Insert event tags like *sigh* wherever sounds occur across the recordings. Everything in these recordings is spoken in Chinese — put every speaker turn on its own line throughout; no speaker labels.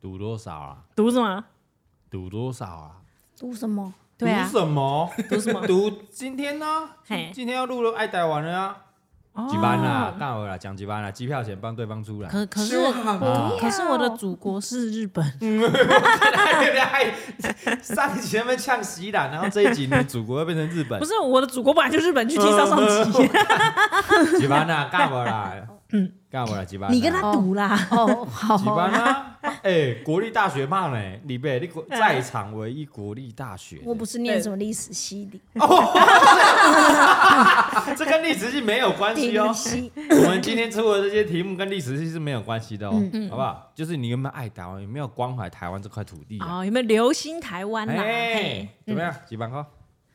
赌多少啊？
读什么？
赌多少啊？
读什么？
对啊
赌，什么？
读什么？
赌今天呢、
嘿哦
今天要录了，爱逮完了啊！
几班啦？干我啦，讲几班啦？机票钱帮对方出来。
可可是
希望
不
可是我的
要
祖国是日本，
*laughs* 哎上一集那边呛洗懒，然后这一集你祖国又变成日本
*laughs* 不，是我的祖国本来就日本，去听上上集。
嗯几班
*laughs*
啊？干我啦！干我啦！几班啊？
嗯你跟他赌啦，
哦，好
几班
*laughs*
啊？哎，国立大学嘛呢？李贝，你
嗯
国在场唯一国立大学，
*laughs* 我不是念什么历史系的，
啊这跟历史系没有关系
地
哦
理。系
*laughs* 我们今天出的这些题目跟历史系是没有关系的哦，
嗯
好不好？就是你有没有爱台湾，有没有关怀台湾这块土地啊？
*laughs* 哦，有没有流星台湾啦？
哎
嘿，嗯
怎么样？几班高？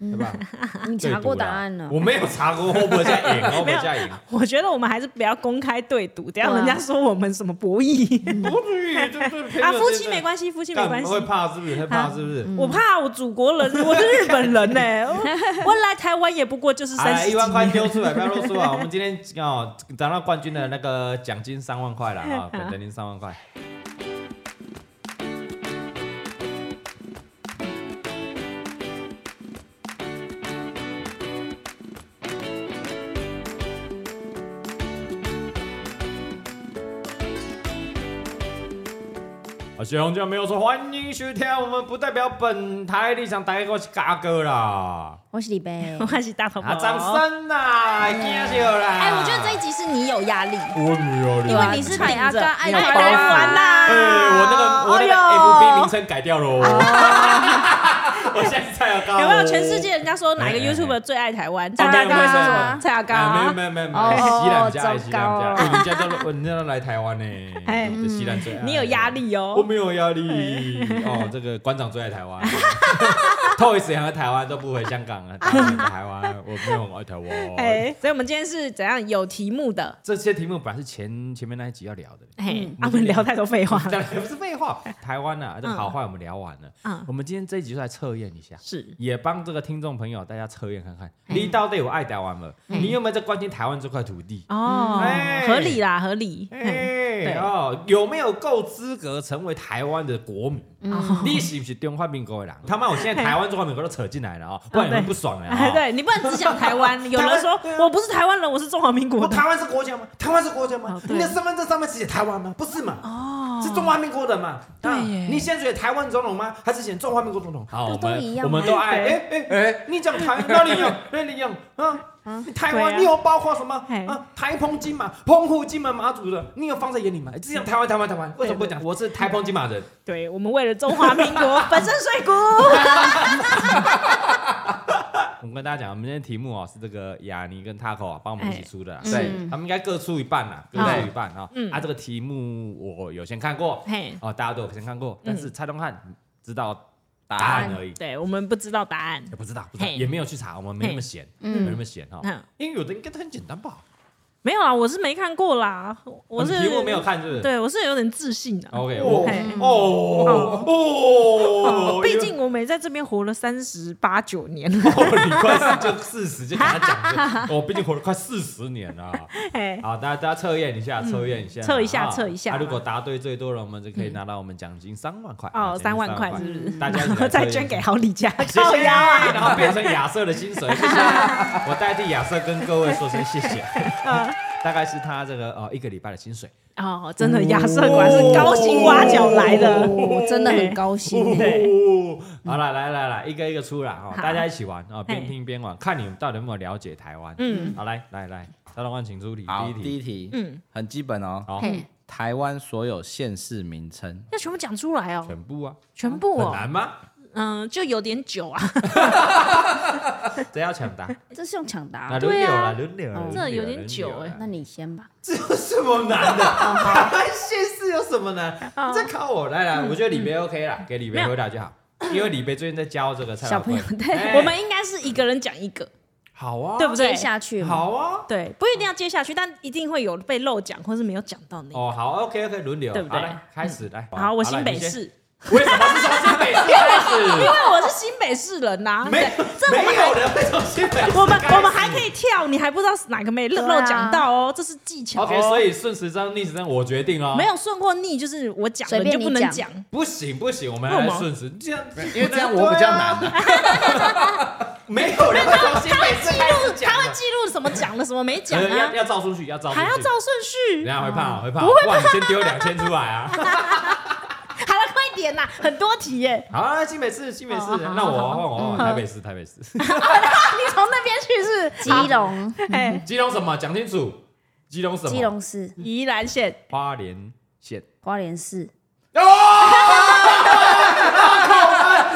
对
*laughs*
吧？
*laughs* 你
对
查过
赌啦
答案了？
我没有查过，我不会再赢，我不会再赢。
*laughs* 我觉得我们还是不要公开对赌，等一下
对
人
啊
家说我们什么博弈
不至于，这这
啊。夫妻没关系，夫妻没关系
会。怕是不是？会怕是不是？
我怕我祖国
*laughs*
人，我是日本人呢、我我来台湾也不过就是
好
三
来，
十
哎一万
几
块
年。
丢出来，不要啰嗦
*laughs*
啊！我们今天哦，拿到冠军的那个奖金三万块了
*laughs*
啊，本奖金三万块。啊，小红酱没有说欢迎收听，我们不代表本台立场，大家给我是嘎哥啦。
我是李贝
我。开始大头
啊，
包，
掌声呐，惊笑啦！
*laughs* 哎，我觉得这一集是你有 *laughs* 压力，
我没有
因啊为你是
顶
被阿
着
嘎爱
有
台
包袱
湾啦。
哎，我那个我那个
哎呦哦
FB 名称改掉了哦， *laughs* 我现在是蔡小刚，
有没有全世界人家说哪个
哎哎哎
YouTuber 最爱台湾？
哦？
大
没
家
有
都
没
会
有
说
没有
什么蔡阿刚
哎没有
啊。
没有没有没
哦
有，西兰
糟
家，哎
糕
西兰家，人家都人家都来台湾呢，
哎
对西兰最爱，
你有压力哎哦
我没有压力哦，这个馆长最爱台湾。Toys 也和台湾都不回香港啊，台湾台湾，我没有很爱台湾。
哎，所以我们今天是怎样有题目的？
这些题目本来是前前面那一集要聊的，
哎，啊我们聊太多废
*laughs*
话了。
当然不是废
*laughs*
话。台湾啊，这个好坏我们聊完了。
嗯
我们今天这一集就来测验一下，
是，哎
也帮这个听众朋友大家测验看看，你到底有爱台湾吗？你有没有在关心台湾这块土地？
哦
哎，
合理啦，合理。嗯
哎哦，有没有够资格成为台湾的国民？
嗯
哦
你是不是中华民国的人？ *laughs* 他妈，我现在台湾中华民国都扯进来了啊，不然你
对
们不爽了
哎，
啊！
*laughs* 对你不能只讲台
*laughs*
湾。有人说
对啊
我不是台湾人，我是中华民国
我 *laughs*
的。
哦台湾是国家吗？台湾是国家吗
哦？对
你的身份证上面写台湾吗？不是嘛？哦，是中华民国的嘛？
对
啊
耶
你现在写台湾总统吗？还是写中华民国总统？好，我
都都一
们
样
我们都爱。
对
哎哎哎，你讲台， *laughs* 那你用，那你用啊？你台
对啊哎
湾，你有包括什么
嘿
啊？台澎金马、澎湖、金门、马祖的，你有放在眼里吗？只讲台湾，台湾，台湾，为什么不讲？我是台澎金马人。
对我们为了中华民国粉身
*laughs*
碎骨。
我跟大家讲，我们今天题目哦是这个雅尼跟 Taco 啊帮我们一起出的啦，
哎
对
嗯
他们应该各出一半啦，各
好
出一半啊
嗯。
啊，这个题目我有先看过
嘿，
哦，大家都有先看过，但是蔡东汉知道答
答
案
案
而已，
对我们不知道答案
也。不知道，不知道，
嗯嘿
也没有去查，我们没那么闲，
嗯
没那么闲哈
嗯。
因为有的应该都很简单吧？
没有啊，我是没看过啦，我
啊
是
你题目没有看是不是
对我是有点自信的、
？OK，
哦
我
嘿
哦
哦
哦，
毕竟我们也在这边活了三十八九年了，
哦，你快就四十就给他讲
*laughs*
这，我哦毕竟活了快四十年了。
哎，
好，大家大家测验一下，测验一下，
嗯测一下
啊
测一下嗯
啊如果答对最多了，我们就可以拿到我们奖金三万块。啊
哦，三万块
奖
是不
金
是？
大家一起
然
来
后再 *laughs*
测验
捐给好李家，
谢
靠
谢，
腰啊！
然后变成亚瑟的薪水，
*laughs*
谢谢。我代替亚瑟跟各位说声谢谢。
嗯
*laughs* 大概是他这个呃一个礼拜的薪水，
哦，真的亚瑟果然是高薪挖角来的，
我哦真的很高兴欸。
哦， *laughs* 好了，来来来，一个一个出来哦，
好
大家一起玩哦，边
嘿
听边玩，看你们到底有没有了解台湾。
嗯
好，来来来，大龙万请出题，
好，
第
第
一
一
题，
题，
嗯
嗯，很基本哦。
好，
嘿，
台湾所有县市名称，
要全部讲出来哦，
全部啊，
全部
很
哦，
难吗？
嗯，就有点久啊，
这要抢答。
这是用抢答
啊，
哦，
轮流
对啊
啦，轮流啦
哦，
轮流
这有
啦
点久欸
那你先吧。
这有什么难
*laughs*
的？台湾县市有什么难？
哦
你在考我？来
嗯
来，我觉得李梅 OK 啦，给李梅回答就好，因为李梅最近在教这个蔡
小朋友
老师
对
哎
*laughs* 我们应该是一个人讲一个，
好啊，
对不对
接？下去嘛。
好啊，
哦对，不一定要接下去，但一定会有被漏讲或是没有讲到那个。
哦好，OK OK，轮流，
对不对
哦
嗯
好来开始来，
*laughs* 好，我新北市，
为什么是从新北市开始？
因为我是新北市人呐、
没
对这
没
我们
有
还
人会从新北市
我
*laughs*
们
开始
我们还可以跳，你还不知道是哪个妹漏
对啊
漏讲到哦，这是技巧哦。
OK，所以顺时针逆时针我决定哦。
没有顺或逆，就是我讲
随
了
便
就不
你
能
讲
讲。
不行不行，我们
为
还
什
来
么
顺时，这样
因为这样我比较
啊
难。啊
没有人会从新北市开始讲
他会
的。
记录什么讲了，什么
*laughs*
没讲
呃要
啊，
要照出去，要照出去，
还要照顺
人
序。
家会怕哦，会怕哦。哇，你先丢两千出来啊！
好了，快点啦，很多题 *laughs* 耶，
好啊，新北市，新北市，
哦好
那我换我换我台北市，台北市，
你从那边去是
基隆，
*laughs* 哎，
基隆什么？讲清楚，基隆什么？
基隆市，
宜兰县。
花莲县。
花莲市，
哦 *laughs*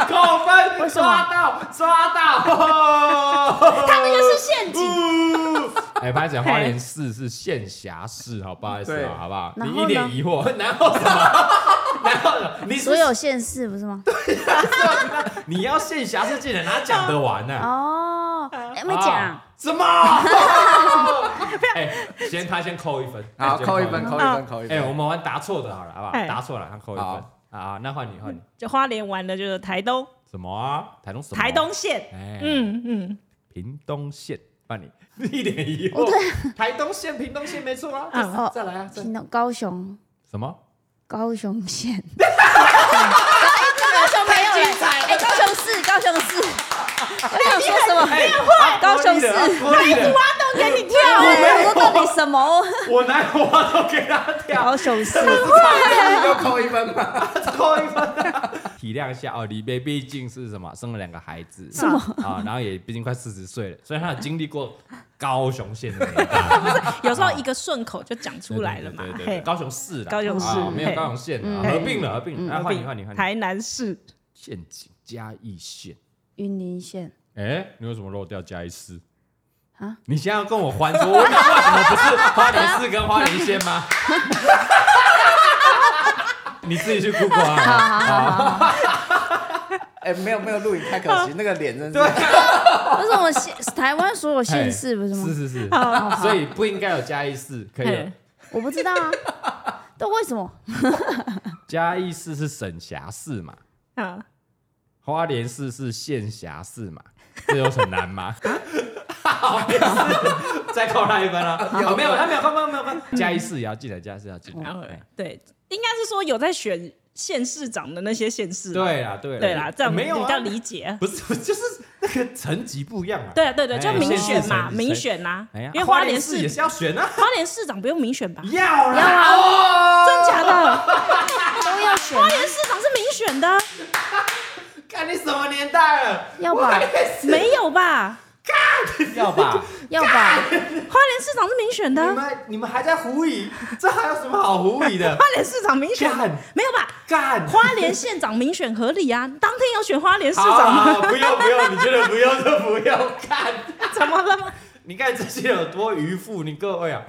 扣分，
为什
抓
么
到，抓到！
他那个是陷阱，
*laughs* 哎，拍成花莲市是县辖市，好不好意思
对
啊，好不好？
然
你
后
一
呢
脸疑惑，然后什么？然后呢你是
所有县市不是吗？
你要县辖市竟然哪讲得完呢？
哦，哎没讲
啊，什
*laughs*
么？哎，先他先扣一分，
*laughs* 好，
先
扣一分，扣一分，扣一
哎，我
分。
们玩答错的好了，好不好？
哎
答错了，他扣一分。
好
好啊，那换你，换你。
就花莲玩的就是台东，
什么啊？台东什么？
台。东县。
哎，
嗯嗯，
屏东县，换你。一脸疑惑
哦，
台东县、屏东县没错啊。
啊
哦，
再来啊，再
听到高雄，
什么？
高
*laughs*
雄县，
高雄没有人
哎，高雄市，高雄市，我想说什么？
哎，
高雄市
我一直挖
都给你跳
哎我说到底什么？
我拿我都给他跳，
高雄 *laughs* 市，
又扣一分嘛。
扣一分啊。体谅一下哦，李贝毕竟是什么，生了两个孩子，是
吗
啊，然后也毕竟快四十岁了，所以他有经历过高雄县的年代
有时候一个顺口就讲出来了嘛
对对。对对
哦嘿
对，高雄市啦，
高雄市
啊没有
嘿
高雄县啊，
嗯
合并了，合并了。那
合
换
并
你，换你，换你。
台南市，
陷阱嘉义县，
云林县
哎，你为什么漏掉嘉义市？
啊，
你现在要跟我还说，我 *laughs* 为什么不是花莲市跟花莲县吗？你自己去 Google 啊。
哎，没有没有录影太可
*laughs*
惜，那个脸真是。
为什么县台湾所有县市不是
哎是
吗？
是是，
好
所以不应该有嘉义市，可以了
嘿
我不知道啊，
*laughs*
都为什么？
嘉义市是省辖市嘛，
啊，
花莲市是县辖市嘛，这有很难吗？好，没事，再扣他一分啊！哦没有，他没有扣分，没有分。嘉义市也要进来，嘉义市要进来
然。后
哎
对，应该是说有在选县市长的那些县市。
对啦，对啦，
对啦，这样
没有
比
啊
较理解。
*laughs* 不是，就是那个层级不一样啊。
对啊，对对，
哎
就民选嘛，
县市
民选呐
哎呀，，
因为
花
花
莲
莲
市也
市
是要选啊，
花莲市长不用民选吧？
要啦，
真假的？
都要选
花莲市长是民选的，
看你什么年代了，
要吧，
没有吧？
要吧？
要吧，
花莲市长是民选
*laughs*
的
你
啊，
们你们还在狐疑， *laughs* 这还有什么好狐疑
*laughs*
的？
花莲市长民选的
干
没有吧？
干！
花莲县长民选合
*laughs*
理啊，当天有选花莲市
好
长
好啊
吗？
好不用不用，你觉得不用就不用看。
*laughs* 怎么了吗？
你看这些有多迂腐，你各位啊，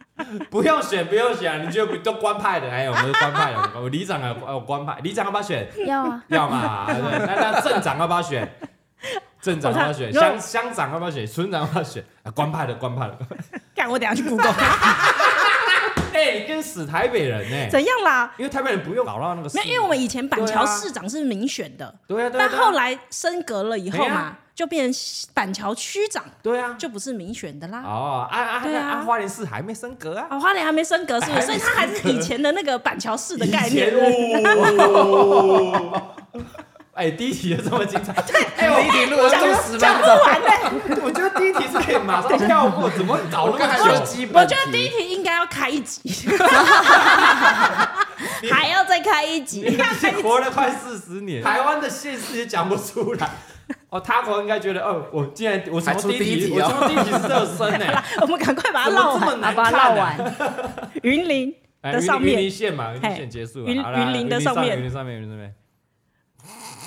*laughs* 不用选不用选，啊你觉得不都官派的？哎，我们是官派的，我们我里长啊，哦官派，里长要不要选？
要啊，
*laughs* 要嘛？对不对那那镇长要不要选？镇长要不要选？
我看
乡乡长要不要选？村长要不要选？啊，官派的官派
*laughs*
的。
干，我等下去
*laughs*
Google
哎，你跟死台北人呢？
怎样啦？
因为台北人不用搞到那个事。
没有，因为我们以前板
对
桥
啊
市长是民选的，
对啊对啊，
但
对啊
后来升格了以后
对
嘛
啊，
就变板桥区长，
对啊，
就不是民选的啦。
哦，啊啊
对啊
啊，花莲市还没升格啊。
啊，花莲还没升格是不
还没
是？所以它还是以前的那个板桥市的概念。
以前哦 *laughs* 哎，第一题就这么
*laughs*
精彩， *laughs* 哎，我
第一题录了
讲
中
不
十分钟，
我觉得第一题是可以马上跳过，怎么搞
我刚才
那
说
么久？
*laughs*
基
我
本
觉得第一
题，
题应该要开一
*laughs*
集，还要再开一集。
你活了快四十年，台湾的现实也讲不出来。哦，他可能应该觉得，哦，我竟然我什么
还出
第一
第一
题，
题
我
哦
什么第一题啊是热身 *laughs* 呢？
我们赶快把它
怎么
绕
这么
完。
好
难
吧，
看啊
绕
呢
完，
云林
哎
的
云
上
林云
面
林县嘛，云林县
嘿
结束了，啊
云
好啦
云林的
云
上面
云林上面，云林上面。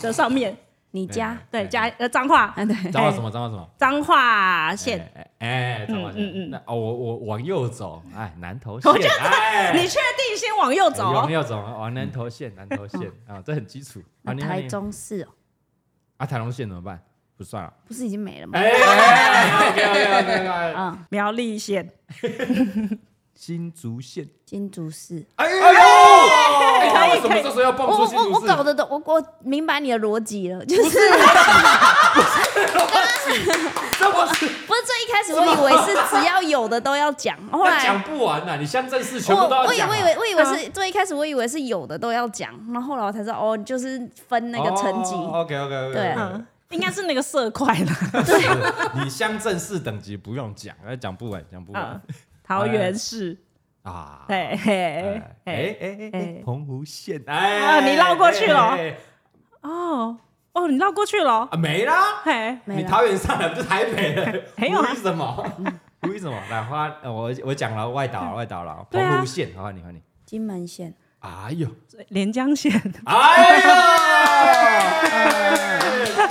的上面，
你家，
对，
哎
加呃彰化
啊对，
彰化什么？彰化什
*laughs*
么？
彰化县。
哎，哎，哎彰化
嗯嗯
县。
嗯
那哦，我我往右走，哎，南投县。
我觉得
哎
*laughs* 你确定先往右走？嗯
往右走，哦往南投县，南投
*laughs*
县啊，这很基础。啊，你
台中市哦，
啊，台中县怎么办？不算了。
不是已经没了吗？
哎，OK 哎 OK OK。
嗯，
苗栗县，
新竹县，
金竹市，
哎呦，哎他为什么这时候要
我
蹦出
我
新
我
故
我
事？
搞得懂，我我明白你的逻辑了，就是
这不是
不是最一开始我以为是只要有的都 *laughs* 要讲，后
他讲
来
不完啊呐，你乡镇市
我
全部都要
我以
讲啊。
为我以为是最一开始我以为是有的都要讲，然后后来我才知道哦，就是分那个层级，
OK OK OK，
对
嗯，应该是那个色块了。
*laughs* 你乡镇市等级不用讲，那讲不完，讲不完
嗯，桃园市，
啊。
*laughs* 对，嘿
哎，
嘿，
哎哎哎
哎，
澎湖县，哎，
啊你绕过去了
哎哎哎
哦哦，你绕过去了哦，
啊，没啦，
嘿，
没
你
了。
桃园上来不是台北了？
*laughs* 没有啊
为什
*laughs*
么？为什么？来花，呃我我讲了外岛了，外岛了，
对啊
澎湖县，好，换你换你。
金门 *laughs* 县，
哎呦，
连江县，
啊哎呦，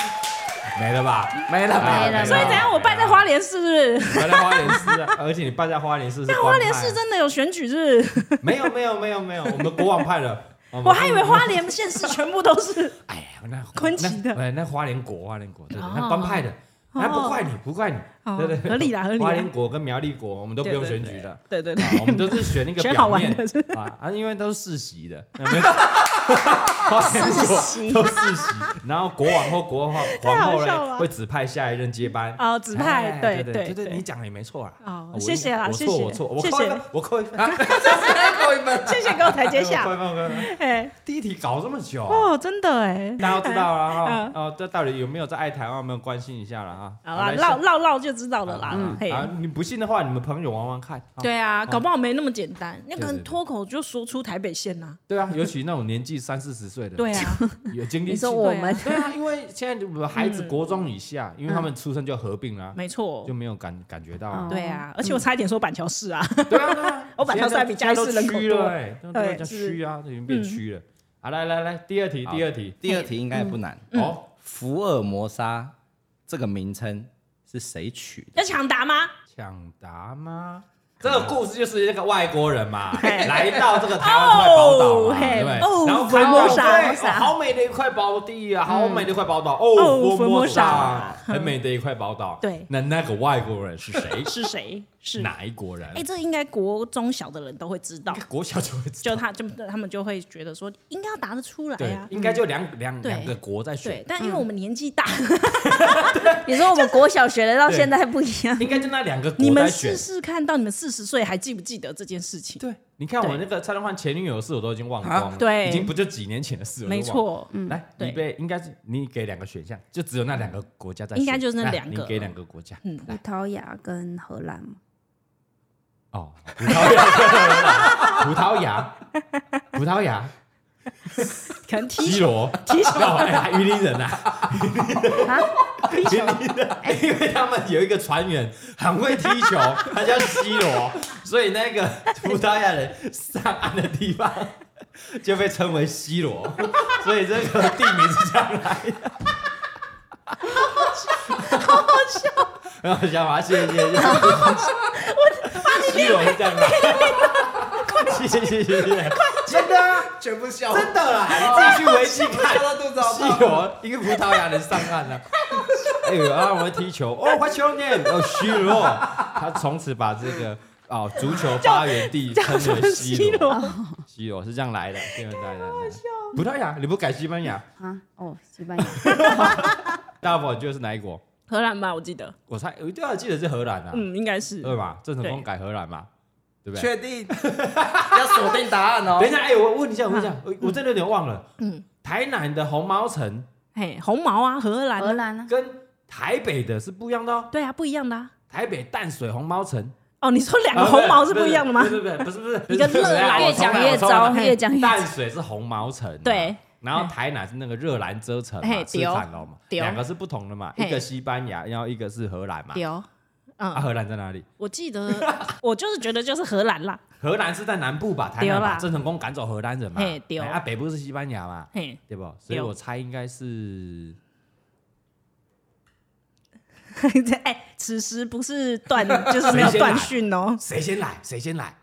没了吧？
没了
没
没
了
了，
所
所以等一下我办在花莲市是不是？
搬到花莲市啊，而且你搬在花莲市是
花
官
莲
派啊
市真的有选举日，
没有没有没有没有，我
*laughs*
们国王派的。我
我
们
还以为花莲县市全部都
*laughs*
是。
哎呀，那
昆奇的
那哎，那花莲国，花莲国，对，对
哦
那官派的，哎，不怪你，不怪你，
哦
对对，
合理啦合理啦
花莲国跟苗栗国，我们都不用
对
选举的，
对对
啊我们都是选那个
选
表
好玩
面
的是 *laughs*
啊啊，因为都是世袭的，没有花莲国都世袭，然后国王或国皇皇后
太好笑了
呢会指派下一任接班。
哦，指派，
哎
对
对
对
对，你讲的也没错啦。啊
哦
我
谢谢啦
我
谢
错
谢
我错，我
谢
扣一
谢
分，我扣一分，
扣一分。
*laughs* 谢谢给我台
*laughs*
阶
我扣一
下，
分，我扣一分。
哎，
第一题搞这么久，啊
哦，真的哎，
大家都知道了哈
嗯。
哦，这到底有没有在爱台湾？有没有关心一下了哈？
好啦，
来
绕绕绕就知道了啦，
嗯
嘿。
啊，你不信的话，你们朋友玩玩看。啊
对啊，搞不好没那么简单，那
对对
个人
对
脱口就说出台北县呐。
对
*laughs*
啊，尤其那种年纪三四十岁的，
对， *laughs* 啊，
有经历
你
性
说。我们
*laughs* 对啊，因为现在我们孩子国中以下，
嗯
因为他们出生就合并了啊，
没错
就，没有感感觉到啊。
嗯
对啊，而且我差一点说板桥市啊，
对啊对啊，
我把它算比嘉义市人
现在
口多
都区了哎，都
对
叫
是嗯
虚啊，都已经变虚了。好，来来来，第二题，
好
第二题，
第二题应该不难，
嗯
哦，
福尔摩沙这个名称是谁取
*laughs*
的？
要抢答吗？
抢答吗？这个故事就是那个外国人嘛，
*laughs* 嘿
来到这个台湾这块宝岛
哦
嘛，对不对？
嘿
然后
哦
看
佛
到
摩萨
对
佛摩萨
哦好美的一块宝地啊，好美的一块宝岛
哦
哦，佛
佛
摩
摩
萨
萨，
很美的一块宝岛。
对
那那个外国人是谁？
是谁？是
哪一国人？
哎，这应该国中小的人都会知道，
国小就会知道
就他就他们就会觉得说应该要答得出来
对
啊，，
应该就两两
对
两个国在选
对，，但因嗯为我们年纪大，
*laughs* 你说我们国小学的到现在不一样，
应该就那两个
你
国
们
在选
试。试看到你们四十岁还记不记得这件事情？
对，你看我
对
那个蔡东焕前女友的事，我都已经忘光了，
啊对
已经不就几年前的事，我都忘
没
了
错，
来，
嗯对
你被应该是你给两个选项，就只有那两个国家在选，
应该就是那
来
两个
你给两个国家。
嗯
*laughs* 葡萄牙跟荷兰嘛
哦，葡萄牙， *laughs* 葡萄牙，葡萄牙，
可能踢
西罗，西罗，哎云林人啊，
啊，
云林人，因为他们有一个船员很会踢球，他叫西罗，所以那个葡萄牙人上岸的地方就被称为西罗，所以这个地名是这样来的。好好笑，很好笑吗？谢谢谢谢，我西罗是这样来的，谢谢谢谢谢谢，真的啊。
全部笑
真的啦，你自己去维基看
笑到肚子好，痛
西罗哦一个葡萄牙人上岸了、哎呦，啊，我们踢球哦，快球呢？哦，西罗，他从此把这个哦足球发源地称为
*laughs*
西罗，
罗，
西罗是这样来的，西罗是这样来的。葡萄牙，你不改西班牙？
啊，哦，西班牙，
大宝，你觉得是哪一国？
荷兰吧，我记得，
我猜，我一定要记得是荷兰啊，
嗯，应该是
对吧？郑成功
对
改荷兰嘛，对不对？
确 *laughs* 定要锁定答案哦
等一。下，哎、我问一下，我问一下，我我真的有点忘了，
嗯
台南的红毛城
嘿，红毛啊，荷兰啊，
*laughs* 荷兰啊，
跟台北的是不一样的哦。
对啊，不一样的啊。
台北淡水红毛城，啊
哦，你说两个红毛是不一样的吗
不？是不是不是不是，不是哎
*laughs* 一个热兰
越讲越糟，越讲越糟
淡水是红毛城，啊
对。啊
然后台南是那个热兰遮城嘛，
嘿
斯
对
坦龙嘛，
对
两个是不同的嘛，
嘿
一个西班牙，然后一个是荷兰嘛。
有，
啊，
嗯，
荷兰在哪里？
我记得， *laughs* 我就是觉得就是荷兰啦，
荷兰是在南部吧？台
对
南
啦
把郑成功赶走荷兰人嘛
嘿？对
哎啊，北部是西班牙嘛？
嘿， *laughs*
对不？所以
对
我猜应该是
哎，此时不是 *laughs* 断，就是
谁
没有
先来
断讯哦。
谁先来谁先来。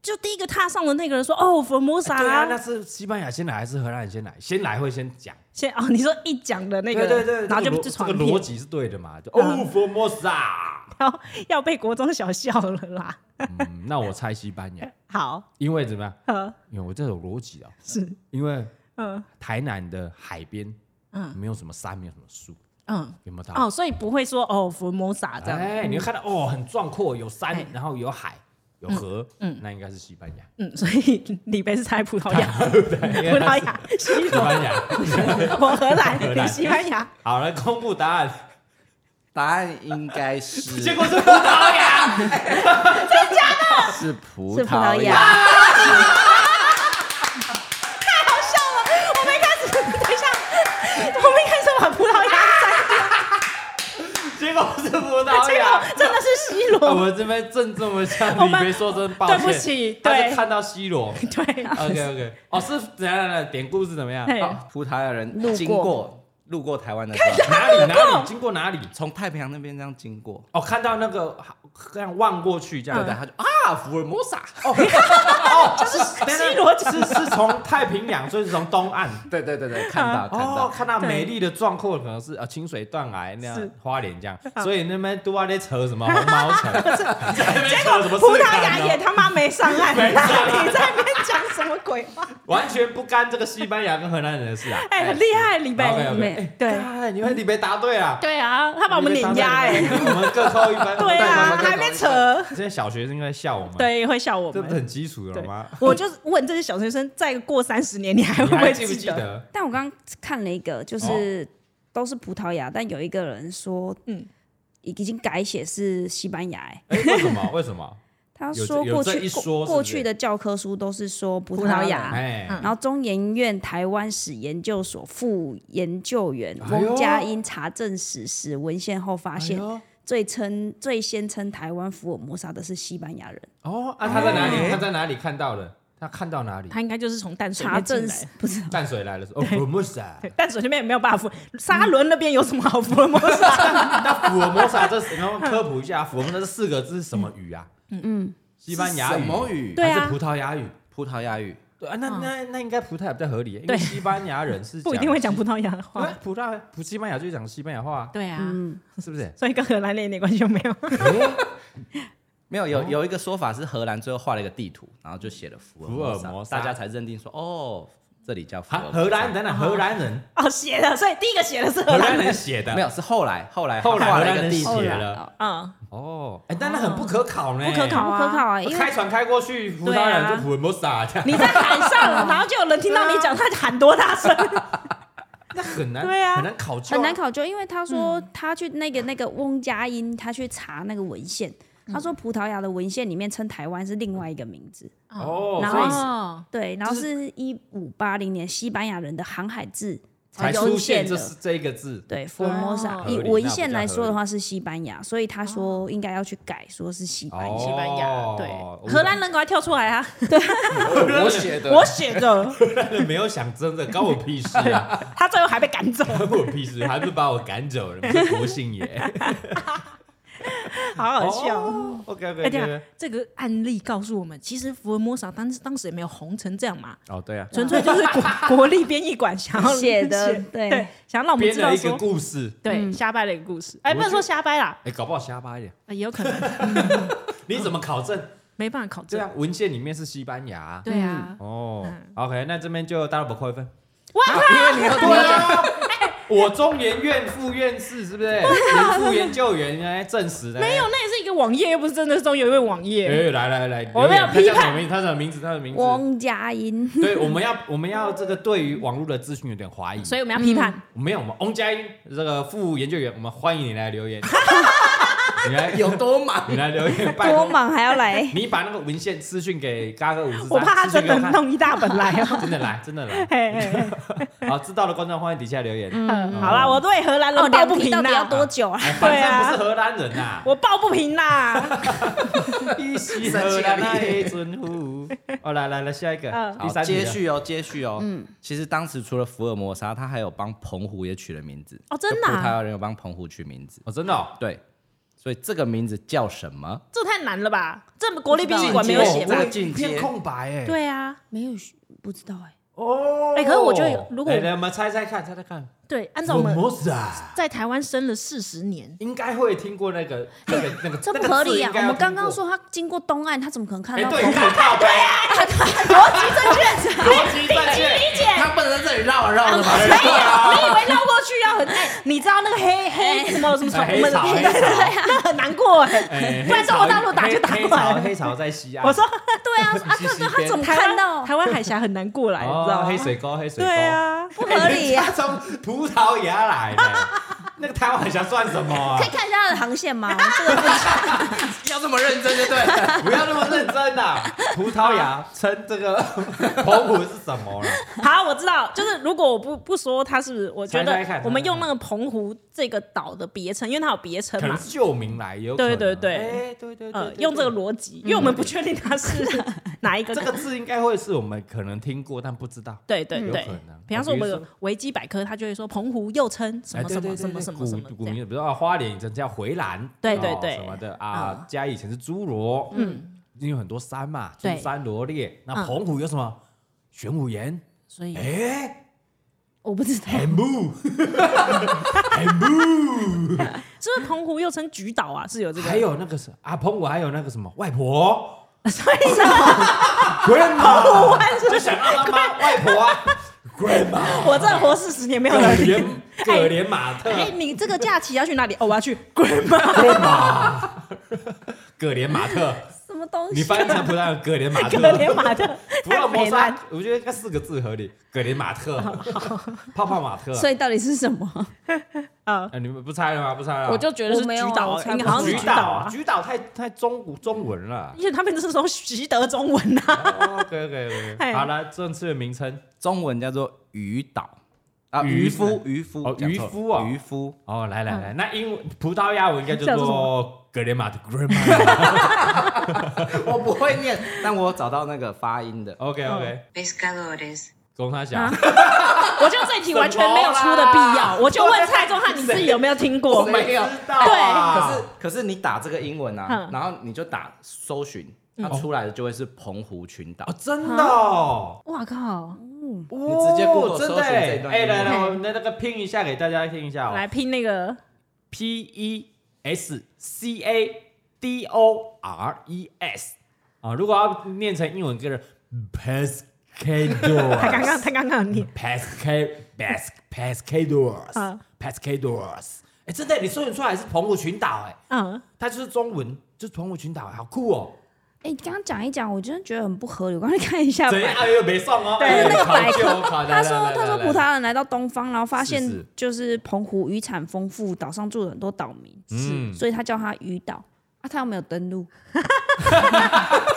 就第一个踏上的那个人说：“哦，佛摩萨
对啊，那
啊。
是西班牙先来还是荷兰人先来？先来会先讲。”
先哦，你说一讲的那个，
对对对，
然后
这
就
个逻
就
这
传
个
遍
逻辑是对的嘛？就哦，
嗯
佛摩萨，
然后要被国中小笑了啦。
嗯，那我猜西班牙，
好，
因为怎么样？
呃，
因为我这种逻辑啊，
是，
因为
嗯
台南的海边，
嗯
没有什么山，没有什么树，
嗯，
有没有道理？
哦，所以不会说哦，福摩萨这样，
哎，你会看到哦，很壮阔，有山
哎，
然后有海，有河，那应该是西班牙。
嗯，所以李贝是猜葡萄牙， *laughs* 葡萄牙，西
西班牙，
我荷兰，
荷
你
兰
西班牙，
好来公布答案，
*laughs* 答案应该 *laughs* 是
结果是葡萄牙， *laughs*
是葡
是葡萄
萄牙。
牙，
*laughs*
我们一开始，等一下，我们一开始把葡萄牙猜
结果是葡
到，
萄
结
牙。
果真的是 C
我
罗，
们这边郑重的向
我
你
们
别说声抱
对
歉，
不起
他是
对
看到 C 罗。
对，
OK
*laughs*
OK，哦，是怎样怎样？典故是怎么样？
嘿
哦葡萄牙人
路
经
过
过路过台湾的时候，
哪里哪里？经过哪里？
从太平洋那边这样经过，
哦，看到那个这样望过去，这样
嗯
对
的
对，。他就啊，福尔摩沙， *laughs* 哦，
是西
罗
是是从太平洋，所以是从东岸。
对对对对，看到看
哦
到，，
看到美丽的壮阔，可能是啊清水断崖那
是
样，花莲这样
啊，
所以那边都还在扯什么红毛
*laughs*
城， *laughs* 结果什么
葡
四
萄
干
牙
哦
也他妈没上岸，你在那边讲什么鬼话？
完全不干这个西班牙跟荷兰人的事啊！
哎，很厉害，李
好
贝，
，OK，OK
没
对
害，你们你没答对啊！
对啊，他把我们
你
碾
没答对
压哎，
*laughs* 我们各扣一分。
*laughs* 对啊，
我们各扣一分
还没。扯，
这些小学生应该笑我们，，
对，会笑我
这不是
们。
很基础的了
*laughs*
吗？
我就是问这些小学生，再过三十年你还
你
会
还
会
记不记
得？
得？
但我刚刚看了一个，就是都是葡萄牙，但有一个人说，
嗯
哦嗯，已经改写是西班牙、欸。
*laughs* 哎，为什么？为
*laughs*
什么？
他
有
说
有
过
这
去
一说是
过
不
过
是
去的教科书都是说葡
葡萄
萄
牙
牙，
哎，
嗯
然后中研院台湾史研究所副研究员
哎呦哎
翁佳音查证史实文献后
哎
发现，最称最先称台湾福尔摩沙的是西班牙人。
哦，啊，他在哪
哎
里？他在哪里看到的？他看到哪里？
他应该就是从淡水那
查
边进
证
来
史。不是
*laughs* 淡水来了，哦，福尔摩沙， *laughs*
对淡水那边也没有办法扶，沙伦那边有什么好福尔摩沙？
那福尔摩沙这是，然后科普一下，福尔
*laughs*
摩沙这四个字是什么语啊？
嗯，
西班牙
是什么
语，
语？
对
还
啊
是葡萄牙语？
葡萄牙语，
对啊，那
嗯
那那应该葡萄牙比较合理，因
对
为西班牙人是
*laughs* 不一定会讲
西
葡萄牙
因为
话。
葡萄牙葡西班牙就讲西班牙话啊，
对啊
嗯，
是不
*laughs*
哎是？
所以跟荷兰人一点关系都没有。
没有有有一个说法是荷兰最后画了一个地图，然后就写了福尔摩
福
沙
尔摩沙
大家才认定说哦，这里叫福尔
啊，
摩沙
荷兰，等等，荷兰人，
*laughs* 哦，写的，所以第一个写的是 *laughs* 荷
荷
兰
兰人
人。
写
没
的，
有是后来后来
后来
画了一
荷兰
个
人
地
写
图
后，
了
来
嗯，
哦，哎，但那很不可考呢，
不可考
好可靠
哎
啊，因为
开船开过去，葡萄牙人就福尔摩沙，这样
啊你在海上，然后就有人听到你讲，他喊多大 *laughs* 声？
那很难，
对啊
很难考究啊，
很难考究，因为他说他去那个那个翁佳音，他去查那个文献，他说葡萄牙的文献里面称台湾是另外一个名字，
哦，
然
所以
后
哦，
对，然后是一五八零年西班牙人的航海志
才
出
出现这
的。
是这一个字，
对，Formosa、
哦
以
合理
文
那
献
比较
来
合
说的
理
话是西班牙，所以他说应该要去改，说是西班牙。
哦
西班牙对
我
荷兰人赶快跳出来啊！
我写的
我写的， *laughs*
没有想真的，关我屁事啊！
他最后还被
*laughs*
赶走。
关我屁事，还不是把我赶走了？不是国姓爷，
*laughs* 好好笑。
哦 OK
哎，对
OK，
啊，这个案例告诉我们，其实福尔摩沙当时当时也没有红成这样嘛， *laughs*
哦对啊，
纯粹就是国国 *laughs* 立编译馆想
哦
要
*laughs* 写
*laughs*
的
写
对
对，想要让我们
编
知
了
道
一个
说，
故事，
对，
嗯
瞎掰的一个故事。哎，
我
不能
觉
说
得
瞎掰啦，
哎，搞不好瞎掰一点，
呃也有可能
你怎么考证？
没办法考
对
证。
啊，文献里面是西班牙啊。
对啊，
哦
嗯
，OK，那这边就大萝卜扣一分。
哇，
因为你要
对啊，我中研院副院士是不是？研副研究员来证实的。
啊没有，，那也是一个网页，又不是真的中有一位网页。
哎，来来来，
我没有
留言
批判
他叫什么名字？他叫什么名字？他的名字。
翁佳音，
对，我们要我们要这个对于网络的资讯有点怀疑，
所以我们要批判，
没有，我们翁佳音这个副研究员，我们欢迎你来留
*laughs*
言，你来
有多忙？
你来留言，拜
多
托，，
忙还要来
*laughs* 你把那个文献私讯给嘎哥五十三，
我怕他
私讯
真
给
的
我看
弄一大
*laughs*
本来哦。
真的来，真的
*laughs*
来，
嘿嘿嘿
好，知道的观众欢迎底下留言，
嗯好啦，我对荷兰
哦，
人抱
两
不
题
平
到底要
呐，
多久啊？
哎
对啊
反正不是荷兰人呐，
我抱不平呐。
一起荷兰那一尊虎，哦，来来来，下一个
嗯，
第
好，
三题啊
接
了，
续哦，接续哦。其实当时除了福尔摩沙，他还有帮澎湖也取了名字。
哦真的啊
就葡萄牙人有帮澎湖取名字。
哦，真的哦，
对，所以这个名字叫什么？
这太难了吧？这国立殡仪馆没有
不知道
写
进
吧
阶？
一片空白哎，
对啊，
没有，不知道哎、
哦
哎可是我觉得如果
来来，我们猜猜看，猜猜看，
对，按照我们
Formosa
在台湾生了四十
*laughs*
年，
应该会听过那个那
哎
个那个，
这
那个
不合
字
理啊
应！
我
该要
们刚
听
刚
过，
说他经过东岸，他怎么可能看
哎，
到？
对，你很靠
*laughs*
背，
啊
逻辑正确，逻辑正确，
理解。
他不能在这里绕啊绕的
哦
吧？
你以为绕过去要很，哎你知道那个黑黑什么什么什么，
哎黑潮黑潮
那很难过哎、
哎
*laughs* 不然中国大陆打就打
黑
过
潮
来
黑
了。
潮在西岸，
我说
*laughs*
对啊，啊，对对，他怎么
台
看
湾
到？
台湾海峡很难过来，你知道
哦，
吗
黑？水沟，黑水沟，哎
对啊，
不合理
*laughs*
啊！
他从葡萄牙来的，那个台湾海峡算什么啊
*laughs*
可以？看一下他的航线吗？这个不行
要这么认真就对了。
不要那么认真呐！葡萄牙称这个 *laughs* 澎湖是什么了？
好，我知道，就是如果我不不说它是不是，我觉
猜猜看
得我们用那个澎湖这个岛的别称，因啊为它有别称
可能
嘛，
是救名来，有可能
对对对
哎，对对对
呃，
对，
用这个
对
逻辑，因为我们不确定
*laughs*
它是哪一个
这。个字应该会是我们可能听过但不知道，
对对
有
对
可能，
比方说我们
哦比
有
如
维基百科，它就会说澎湖又称什
哎
么
对
什
对对
么什么
对
什么什么
古古
这样
名，比如说啊花莲以前叫回兰，
对
哦
对对
什么的啊，嘉义以前是侏罗，
嗯，
因为很多山嘛，
对
珠山罗列，那
嗯
澎湖有什么玄武岩，
所以
哎，
我不知道
很木，很木，
是不是澎湖又称菊岛啊？是有这个？
还有那个是啊，澎湖还有那个什么外婆。
*laughs* 所以呢，
grandma，就想到他妈外婆
*laughs*
啊，grandma，
我这活四十年没
*laughs*
有人听。
怜可怜马特，
哎，你这个假期要去哪里？哦，我要去滚
*laughs*
吧！
可怜马特，
什么东
你
西？
翻译成葡萄牙可怜马
可
特，
怜马特，
福尔
太
摩
美 *laughs*
沙
了。，
我觉得应该四个字合理，可怜马特，泡泡马特，
所以到底是什
*laughs*
么？
啊！
哎，你们不猜了吗？不猜了，
我就觉得是
我没
菊
有啊
岛
我
啊，
猜
应
不
该
出
好像是
来
菊
菊岛
岛
啊，
菊岛太太中古中文 *laughs* 了。
因为他们那时候习得中文啊。
OK OK OK，
哎
哦好了，正式的名称
中文叫做渔岛啊，
渔
渔夫，渔夫
哦，
讲错
渔夫啊
渔夫，
哦，来来来，那英文葡萄牙我应该就
叫做什
做格连马特 grandma。
我不会念，但我找到那个发音的。
OK OK，
pescadores,
公他小，
*laughs* 我觉得这题完全没有出的必要，我就问蔡宗翰你自己有没有听 *laughs* 过？
没有
谁知道啊
可是可是你打这个英文啊
嗯，
然后你就打搜寻，它出来的就会是澎湖群岛
哦，。真的哦。
哇靠！
你
直接 Google
真
搜
的
寻
欸
这段
哎，
英文
来来，我们的那个拼一下给大家听一下哦
来拼那个
，P E S C A D O R E S 啊，如果要念成英文就是
他刚
Pescador，
刚他刚刚有念
Pesca Pes Pescadors
啊
Pescadors，哎，真的欸，你搜寻出来是澎湖群岛，哎，
嗯，
它就是中文，就是澎湖群岛，好酷哦！
哎，你刚刚讲一讲，我真的觉得很不合理。我刚才看一下，
怎样？哎呦，没送哦，
就是
哎
那个百
考究
科，
考
他
来
说
来
他
来
说
来
葡萄牙人来到东方，然后发现
是是
就是澎湖渔产丰富，岛上住了很多岛民，
嗯
所以他叫它渔岛。啊，他又没有登陆，
*laughs*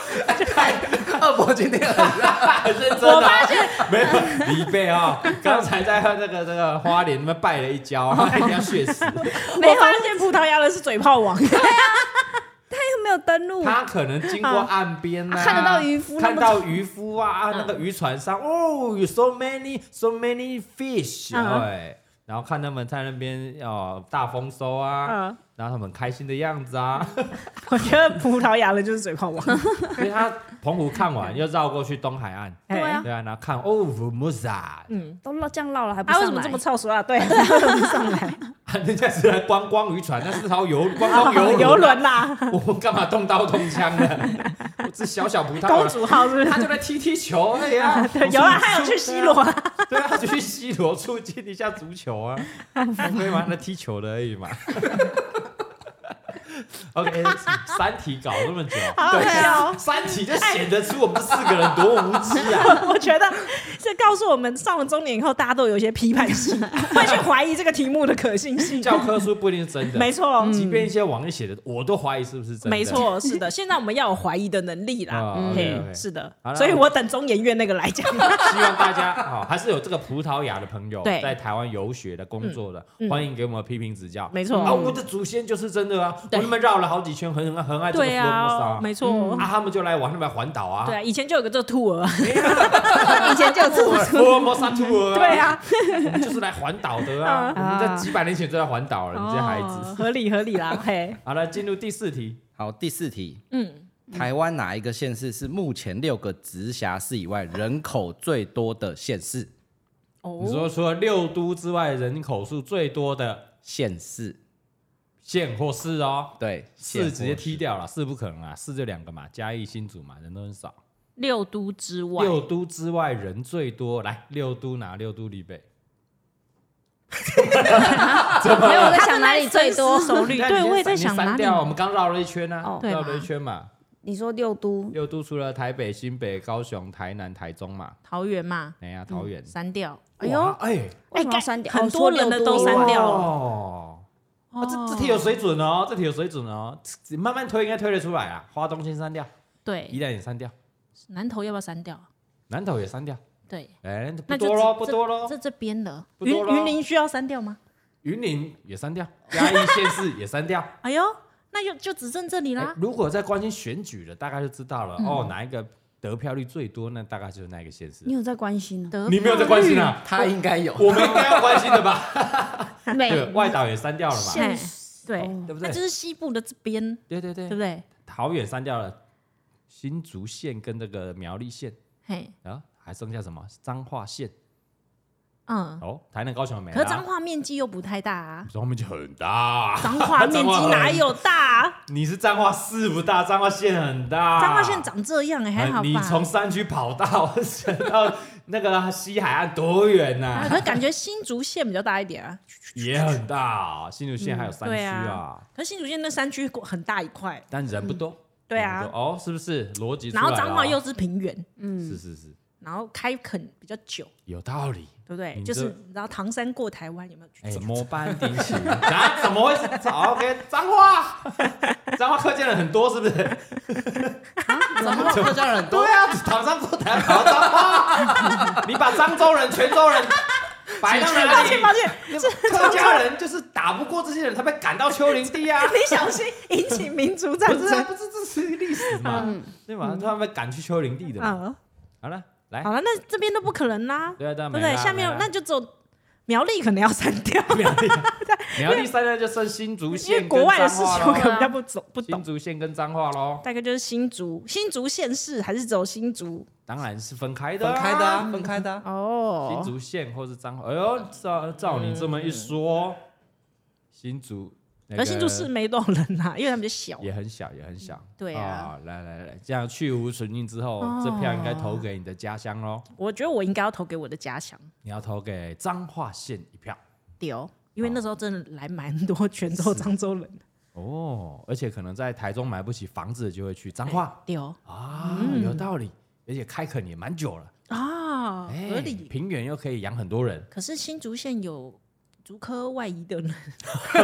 二伯今天很
很认真、啊。我发现没有李贝啊，刚才在那个这个花莲那边拜了一跤，他一定要血死。
我发现葡萄牙人是嘴炮王， *laughs*
又没有登陆，
他可能经过岸边啊
啊看得到渔夫那
看
么
到渔夫啊，啊那个渔船上哦，you so many so many fish，
嗯
对。然后看他们在那边哦大丰收啊
嗯，
然后他们很开心的样子啊，
我觉得葡萄牙人就是嘴炮 *laughs* 王。
所以他澎湖看完又绕过去东海岸，
哎
对啊
对啊，然后看哦 v u m u s a
嗯，
都绕这样绕了还不
啊，为
上
什么
来
这么？臭俗 *laughs* 啊？对，为什么不上来？
人啊家是来观光渔船，那是条游观光
啊
游
游 *laughs*
轮啊
轮呐，
我们干嘛动刀动枪
*laughs*
呢？我这小小葡萄啊
公主号是不
他
是？
就在踢踢球而已啊
*laughs* 。对，有啊，还有去西罗，
*laughs* 对啊，他就去西罗促进一下足球
*laughs*
啊，可以吗？那踢球的而已嘛。OK，三体搞那么久，
好好笑哦。
三体就显得出我们这四个人多无知啊！
*laughs* *laughs* 我觉得这告诉我们，上了中年以后，大家都有一些批判
*laughs*
性，会去怀疑这个题目的可信性。
教科书不一定是真的，
没错，嗯
即便一些网页写的，我都怀疑是不是真的。
没错，是的。现在我们要有怀疑的能力啦
啊。
嘿
OK，OK，
是的
好，啦
所以我等中研院那个来讲。
希望大家好，还是有这个葡萄牙的朋友
对
在台湾游学的、工作的，
嗯
欢迎给我们批评指教。
没错
啊，我的祖先就是真的啊，我
对
他们绕了好几圈，很很很爱这个福
对
尔摩
啊，
沙。
没错
啊，。他们就来玩，他们来环岛啊
对，啊，以前就有个这兔儿，
以前就有这么
福尔摩沙 tour 啊，
对，啊，
我们就是来环岛的啊，我
嗯
们在几百年前就在环岛了，你这些孩
哦
子。
合理合理啦，嘿，
好了，进入第四题，
好。第四题，
嗯，
台湾哪一个县市是目前六个直辖市以外人口最多的县市？
你说除了六都之外，人口数最多的
县市
县或市哦，
对，县
市直接
或
踢掉了，市不可能啊，市就两个嘛，嘉义、新竹嘛，人都很少。
六都之外，
六都之外人最多，来六都哪六都离北？
没有我在想哪里最多
深思熟虑。
那
对，
你先
我也在
你
想
删
哪里
掉，我们刚绕了一圈啊
哦，
对
绕了
嘛
一圈嘛。
你说六都
六都除了台北、新北、高雄、台南、台中嘛，
桃园嘛，
哎呀，桃园。
删掉。
哎呦
哇，哎，
为什么要删掉？哦
很多人的都删掉了
哦，啊这这题有水准哦，这题有水准哦，这慢慢推应该推得出来啊。花东先删掉，
哎
宜
对，
兰也删掉，
南投要不要删掉？
南投也删掉，
对，
哎，不
那就
多咯，
这
不多咯。
这这边的
不
云
多咯
云林需要删掉吗？
云林也删掉，嘉义县市也删
*laughs*
掉。
哎呦，那就就只剩这里
哎
啦。
如果在关心选举的，大概就知道
嗯
了哦，哪一个得票率最多，那大概就是那一个县市
你。有在关心哦呢？
得
你没有在关心啊？
他应该有。
我们应该要关心的
*laughs*
吧？
没
对，外岛也删掉了嘛，
哎
现哦
对，
对不
那
对
就？是西部的这边，
对对对
对不，对？
桃园删掉了，新竹县跟这个苗栗县，
嘿，
然后啊还剩下什么？彰化县
嗯，
哦，台南、高雄没
可
了
是
啊。
彰化面积又不太大啊，
彰化面积很大啊，
彰化面积哪有大啊？
*laughs* 你是彰化市不大，彰化县很大。
彰化县长这样哎，还好
啊你从
吧？
山区跑 *laughs* 到到那个西海岸多远呐、
啊可是感觉新竹县比较大一点啊，
也很大啊、新竹县还有山区
对
啊，
啊可是新竹县那山区很大一块，
但人不多。
对
人
啊
不。多哦，是不是逻辑出来
然
了哦？嗯
后彰化又嗯是平原，
是是是，
然后开垦比较久，
有道理。
对不对？
你
就
这
是然后唐山过台湾有没有？
哎，模班顶起， *laughs* 啊？怎么会是好？OK，彰
*laughs*
化，彰化客家人很多，是不是？
*laughs* 怎么客家人很多
对？啊，唐山过台跑彰化， *laughs* 你把漳州人、泉州人摆到哪
*laughs* 抱歉
里？
抱歉，
客家人就是打不过这些人，才被赶到丘陵地
*laughs*
啊！
你小心引起民族战
不是啊，
争。
不是这是历史
嗯
嘛，对嘛？他们被赶去丘陵地的嘛。
啊，
好了，来
好，了，那这边都不可能啦，
对啊，对啊，
对不
没
对？
啦
下面
没啦
那就走苗栗，可能要删掉，
苗栗，苗栗三呢就剩新竹
因
县
为
跟
国外的事
彰化
情
咯
我可能比较不走不
新
懂。
竹县跟彰化喽，
大概就是新竹，新竹县市还是走新竹
当然是分开的、
分开的啊， *laughs* 分开的啊。
新
哦。
竹县或是彰化。哎呦，照照你这么一说，新竹，那
嗯而
个
新竹市没多少人啦，因为他们就小。
也很小，也很小。
对啊哦
来来来，这样去无存菁之后，这票应该投给你的家乡喽。
我觉得我应该要投给我的家乡
你要投给彰化县一票
丢，因为那时候真的来蛮多泉州、漳州人
哦，而且可能在台中买不起房子，就会去彰化
丢
啊，有道理。而且开垦也蛮久了，
啊，
哎
合理。
平原又可以养很多 *laughs* 人，
可是新竹县有竹科外移
*laughs*
的人，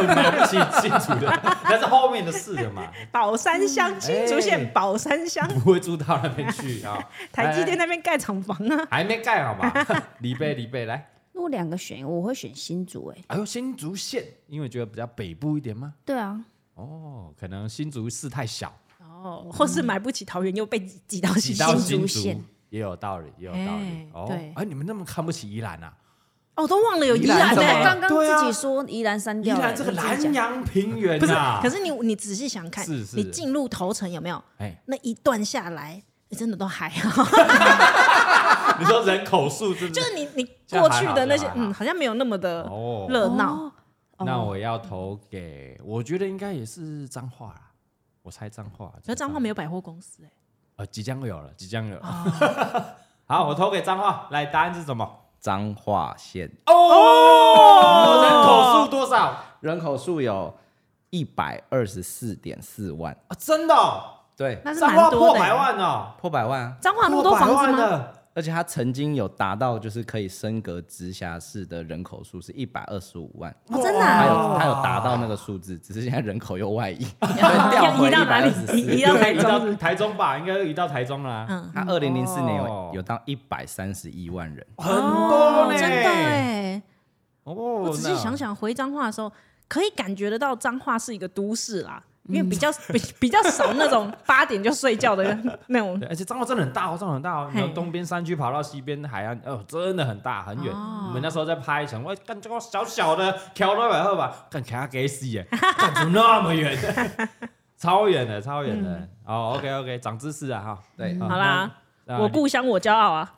买不起新竹的，那是后面的事了嘛，
宝山乡新竹
哎
县宝山乡，
*laughs* 不会住到那边去啊。
台积电
来
那边盖厂房啊，
*laughs* 还没盖好吧？ *laughs* 李贝，李贝来。
如果两个选，我会选新竹。哎，
哎呦，新竹县，因为觉得比较北部一点吗？
对啊，
哦，可能新竹市太小，
哦，或是买不起桃园又被挤挤到新
挤
竹
到
新
新竹
竹县
也有道理，也有道理
哎。
哦
对，
哎，你们那么看不起宜兰啊？
哦，都忘了有宜
宜兰
兰欸
怎么
呢。
了
刚刚
对啊
自己说宜兰删
宜
掉了，
兰这个
你自己
南
讲
洋平原
不是
啊，，
可是你你仔细想看
是，是
你进入头城有没有？
哎，
那一段下来，欸真的都还好，
*laughs* 你说人口数是不？
就是是你你过去的那
这
些
样还好，
嗯，好像没有那么的
哦
热闹。
哦
那我要投给，我觉得应该也是彰化啦，我猜彰化。
可是彰化
没
没有百货公司哎，
呃，即将有了，即将有了。
哦
*laughs* 好，我投给彰化。来，答案是什么？
彰化县
哦，人口数多少啊？
人口数有一百二十四点四万，
真的哦，
对，
那是
彰
蛮
化
多
破
的
百
欸。
万哦，
破百万啊！
彰化那
破
么多
百
房子
万
吗？
的，
而且它曾经有达到，就是可以升格直辖市的人口数是一百二十五万，
哦真的
它
啊
有它有达到那个数字，只是现在人口又 *laughs* 外移，
要
*laughs* 掉
*laughs*
回
移到
*laughs*
哪里
124？
移移到台
移 *laughs* 到
中？
台中吧，应该移到台中啦。
嗯
它二零零四年
哦
有有到一百三十一万人，
很多呢，
哦真的
欸
哎！
哦，
我仔细
那
想，想，回彰化的时候，可以感觉得到彰化是一个都市啦，
嗯
因为比较 *laughs* 比比较少那种八点就睡觉的那种
*laughs* 对，而且彰化真的很大哦，彰化很大哦，你
嘿
从东边山区跑到西边海岸，哦，真的很大很远。
哦
我们那时候在拍，想哇，干这个
*laughs*
小小的，桥都百后吧，干开给死耶，干怎么那么远？超远的，超远的。哦，OK OK，长知识啊哈。
对，
嗯好啦，
啊
我故乡我骄傲啊，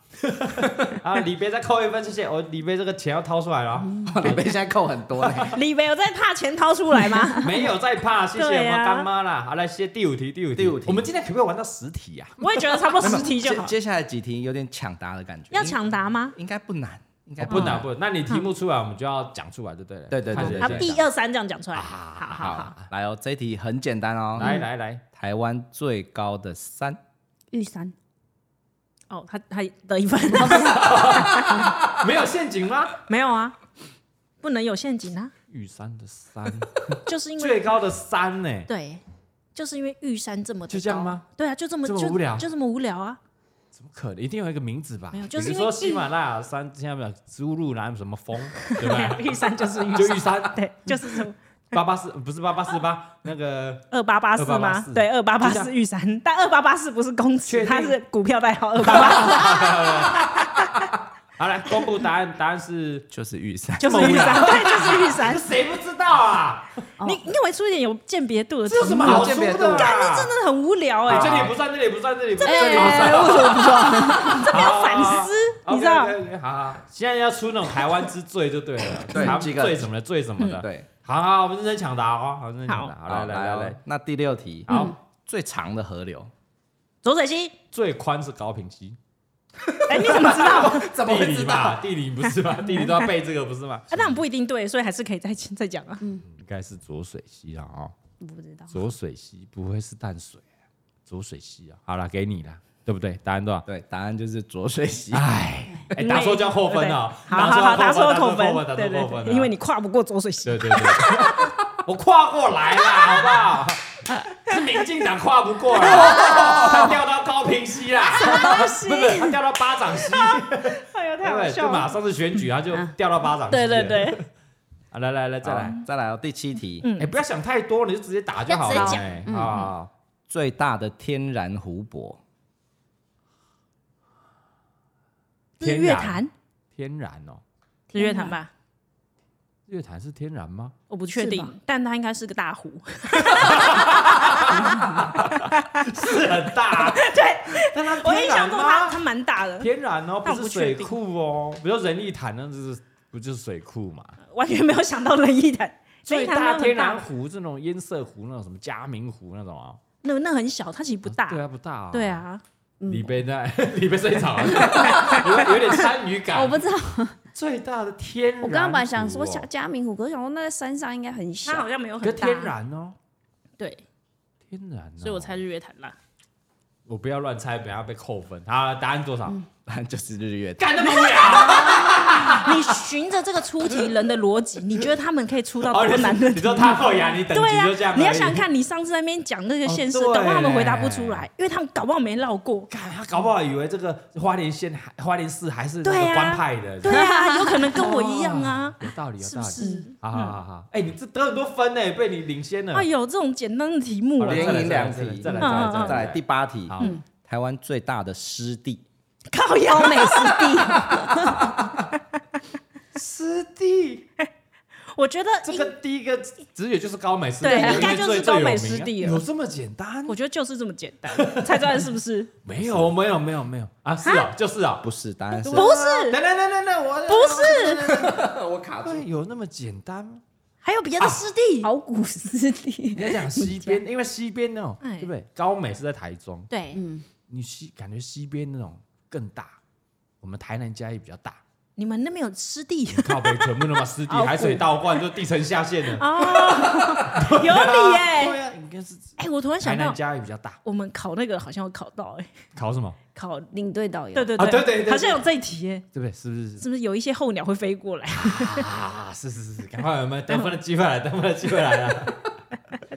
啊，李贝再扣一分，谢谢。我李贝这个钱要掏出来了啊，
李贝现在扣很
*laughs*
多嘞，
李北有在怕钱掏出来吗？ *laughs*
没有再怕，谢谢我
对
们
啊
干妈啦。好，来，谢谢第五题，第五题，
第五题哦
我们今天可不可以玩到十题啊呀？
我也觉得差不多十题就
接
好。
接下来几题有点抢答的感觉，
要抢答吗？
应应该不难，应该
哦不难不难，那你题目出来，我们就要讲出来，就对啊了。
对对对
看谁
对
啊，
先
一二三这样讲出来。好好好，
好，来哦，这一题很简单哦，
来来来，
台湾最高的山，
玉山
哦，他他得一分，
没有陷阱吗？
没有啊，不能有陷阱
*laughs*
啊，
玉山的
*laughs*
山，
就是因为
最高的山呢？
对，就是因为玉山这么的
就这样
高
吗？
对啊，就这么
这么
就
无聊
就这么无聊啊！
怎么可能？一定有一个名字吧？
没有就是
比
因
如
为
说喜马拉雅山，现在没有珠入南什么
*laughs*
峰， *laughs* 对不对？
玉山就是玉
就玉
山，
山
对，就是这么 *laughs*
八八四，不是八八四八，那个
二八八四吗？
2884
对，二八八
就这
四
样
玉山，但二八八四不是公
确定
尺，它是股票代
*laughs*
号二八八，
好来公布答案，答案是
就是玉山，
就是玉山， *laughs* 对，就
*laughs*
是玉山。
谁不知道啊？
你你有没有出一点有鉴别度的题
这有什
目
么
啊？
好说
有鉴别度
的？
干，那真。的很无聊哎
哎，，这里不算，这里不算，这里不算，这里不
哎
算。
为什么不算？
这边要反思，
哦
你知道？
OK，OK，OK，好好，现在要出那种台湾之最就对了，
对
台湾
几个
最什么的，最什么的。，
*laughs* 对，
好好，我们认真抢答哦，好，认真抢答。好，来
好
来来
来
来，
来，那第六题，
嗯
好，
最长的河流，
左水溪，
最宽是高平溪，
*laughs* 哎，你怎么知 *laughs* 道？啊
怎
地理吧，？地理不是吧？地理都要背这个不是吗？
那我们不一定对，所以还是可以再再讲啊。
应该是浊水溪啊，哦，
我不知道，
浊水溪不会是淡水啊，浊水溪啊，好了，给你了，对不对？答案多少？
对，答案就是浊水溪。
哎，哎，
因为
打错就要扣分哦，
对好好好，
打
打
错
错
要
扣
分，
分，
打
对
错
对
扣分啊，
对，因为你跨不过左水溪。
对对对，我跨过来了，好不好？是民进党跨不
*laughs*
过来，他掉到高平溪啦，什么东西？不是，他掉到巴掌溪，
哎呀，
对
太
不
好
对？就
笑
马
了。
上是选举，他就掉到巴掌溪。
对对，对， *laughs*
啊，来来来，再来，
再来哦，第七题，
嗯
哎，不要想太多，你就直接打就好了
要直接，
哎啊，
最大的天然湖泊， *laughs*
日
天
月
然
潭，
天然哦，
日月潭吧，
日坛是天然吗？
我不确
是吧
定，但它应该是个大湖。
是很
*laughs*
大，对，但它
*laughs* 我
天
印象
然
中它
吗？
它蛮大的，
天然哦，
但
不是
我不确
水
定
库哦，比如说仁义潭那就是不就是水库嘛？
完全没有想到仁义潭。
最
仁义潭
大
它
天
很
然湖这种烟色湖那种什么嘉明湖那种啊，
那那很小，它其实不大。
对啊，不大啊。
对，啊，
李贝在 *laughs* 李贝睡
*laughs*
着了，有有点参与感。
我不知道。
最大的天然湖哦，
我刚刚本来想说小嘉明湖，可是想说那在山上应该很
它好
小。
像没有
可
很大。
天然哦，
对，
天然哦，
所以我猜日月潭啦。
我不要乱猜，等下被扣分。好，答案多少？
嗯
答案就是日月潭。
干那么啊无聊，
*laughs* *laughs* 你循着这个出题人的逻辑，你觉得他们可以出到
哦
多
你
难的
你说他扣啊牙，你等级
对呀、啊
就这样而已。
你要想看，你上次在那边讲那个现实，
哦对
等会他们回答不出来，因为他们搞不好没
*laughs*
绕过。
干，他搞不好以为这个花莲县还花莲市还是那
对
个
啊
官派的，
对啊，有可能跟我一
*laughs*
样啊，
有道理，有
是
道
不
理。
是？
好好好好，哎，你这得很多分呢，被你领先了
哎。呦，这种简单的题目
好
啊
了，
连
再来
赢
再来
两题
再来
嗯
再来
嗯
再来
再来第八题，
好，
台湾最大的湿地，
靠腰美食地，
师弟，
*laughs* 我觉得
*laughs* 这
应
个第一个直觉就是高美湿地，
对啊
因为
应该就是
最最有
高美
名
湿地
啊
了
有这么简单？
我觉得就是这么简单， *laughs* 猜出来是不是？
没有，没有，没有，没有啊！是哦，就是哦，
不是答案是
不是，
等等等等等，我
不是，
*laughs*
我卡
对，有那么简单吗？
还有别的湿地。
好古湿
*laughs*
地
你，要讲西
*laughs*
边，因为西边那种，
哎
对不对？高美是在台中，
对，
你西感觉西边那种更大，我们台南嘉义比较大，
你们那边有
*laughs*
湿地
靠北全部那么湿
*laughs*
地，海水倒灌就地层下陷了。
哦， *laughs* 有理耶！
对啊，应该是
哎，我突然
台
想
南
到，
嘉义比较大。
我们考那个好像有考到哎，
考什么？
考
领队导游。
对对
啊对对对对
好像有这一题耶，
对不对？是不是？
是不是有一些候鸟会飞过来？ *laughs*
啊，是是是，赶快我们得分的机会来，得分的机会来了，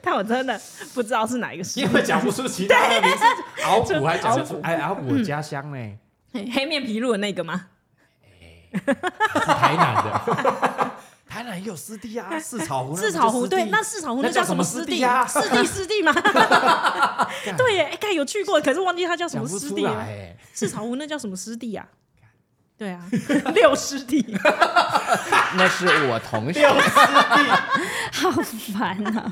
*laughs*
但我真的不知道是哪一个湿地
因为讲不出其他的名字， *laughs* 敖补还讲得出，哎，敖补家乡呢，
黑 *laughs* 黑面琵鹭的那个吗？
*laughs* 是台南的， *laughs* 台南也有湿地啊，四草湖那不就湿
*laughs* 四
地，
草湖对，那四草湖
那
那
叫
叫
什
什
么
么
湿
湿
地
地
啊
湿地湿地吗？ *laughs* 对耶，哎，该有去过，可是忘记它叫什
讲
么
不
湿
出
地啊
来
了。
哎，
四草湖那叫什么湿 *laughs* 地啊？对啊， *laughs* 六湿地。 *laughs*
那是我同学。
*laughs*
有湿地，
好烦啊！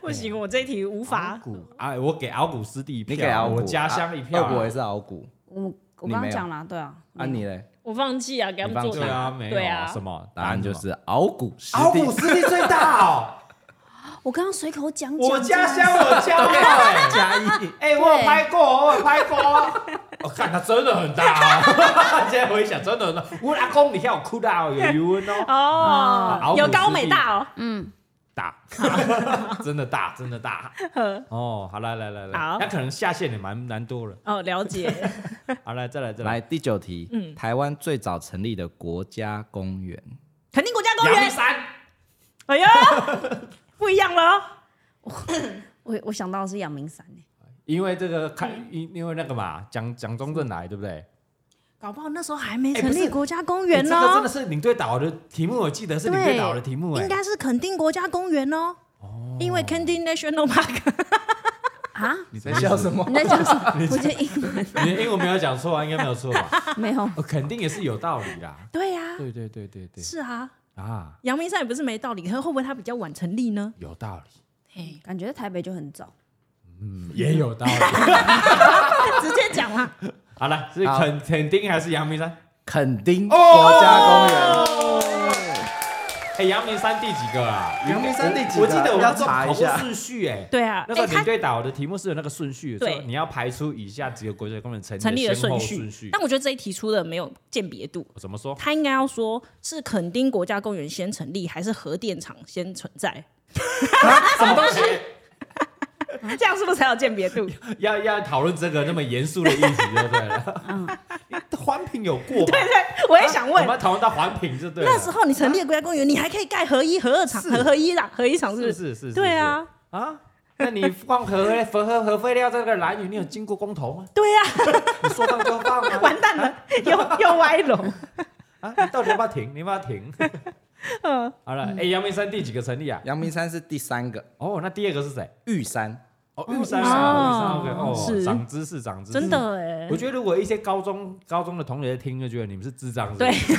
不行，我这一题无 *laughs* 法。
古哎，我给敖古斯地一票，
你给敖古，
我家乡一票
啊
啊。
二国也是敖古。
我我
你
刚刚
没有
讲了，对啊，
啊，
嗯
你嘞？
我放弃啊，给他们做
对
答
啊，
案
没有
对啊，
什么
答案就是
什么
敖古湿
敖古
地。
斯地最大
*laughs*
哦，
我刚刚随口讲讲，
我家乡我骄
*laughs*
傲哎。
嘉义， *laughs*
哎、我有拍过，我有 *laughs* 拍过。我、看它哦真的很大、哦， *laughs* 现在回想真的很大。我阿公你看我哭到有余温哦，
哦
啊，
有高美大哦。
大， *laughs* 真的大，真的大。哦，好来来来来
好，
那可能下线也蛮难多了。
哦，了解。
好来再来再来，
来第九题，
嗯
台湾最早成立的国家公园，
*laughs* 肯定国家公
阳明
园。
山，
哎呦，不一样了哦。
我我想到的是阳明山欸诶，
因为这个看，因因为那个嘛，蒋蒋中正来，对不对？
搞不好那时候还没
哎
成
不是
立国家公
哎
园
这个真
哦
的，是领队岛的题目，我记得是领队岛的题目哎、
应该是肯定国家公园哦。因为 Candy National Park
啊，
你
在笑什
么？
么
*laughs* 你？在讲什么？我这英文
你的英文没有讲错啊，应该没有错 *laughs* 吧？
没 *laughs* 有，
哦肯定也是有道理啦。
对啊呀，
对对对对对，
是啊，
啊，
阳明山也不是没道理，可是会不会它比较晚成立呢？
有道理，
嘿，
感觉台北就很早。
嗯，也有道理。
直接讲啦，
好了，是
好
肯肯定还是阳明山？
垦丁国家公园。
哎，阳明山第几个啊？
哦阳明山第几
我
个啊
记得我
要
们做
查
考过
一下
顺序哎。
对啊，
那时候
哎它
领队岛的题目是有那个顺序，
对
说你要排出以下几个国家公园成
成立
的
的
先后
顺
顺
序
序。
但我觉得这一题出的没有鉴别度，
我怎么说？
他应该要说是垦丁国家公园先成立，还是核电厂先存在？
什么东西？
这样是不是才有鉴别度？
要要讨论这个那么严肃的议题，就对了。 *laughs* 嗯，环评有过吧？
*laughs* 我也想问
我，们讨论到环评就对了。啊
那时候你成立的国家公园，你还可以盖核一、核二厂、
是
核核一啦、核一厂，是
是
不是？
是是，
对啊
是，啊。那你放核核核核废料在这个蓝屿，你有经过公投吗？
对啊呀，
你说放就放啊！
*laughs* 完蛋了，又又歪楼。
啊，你到底要不要停？你要不要
*laughs*
停？
嗯
好了，哎，阳明山第几个成立啊？
阳明山是第三个，
哦，那第二个是谁？
玉山。
哦，玉山
哦
啊，玉山 OK，哦，
是
长知识，长知识，
*laughs* 真。的哎
我，觉得如果一些高中高中的同学听，就觉得你们是智障，是不
对
是，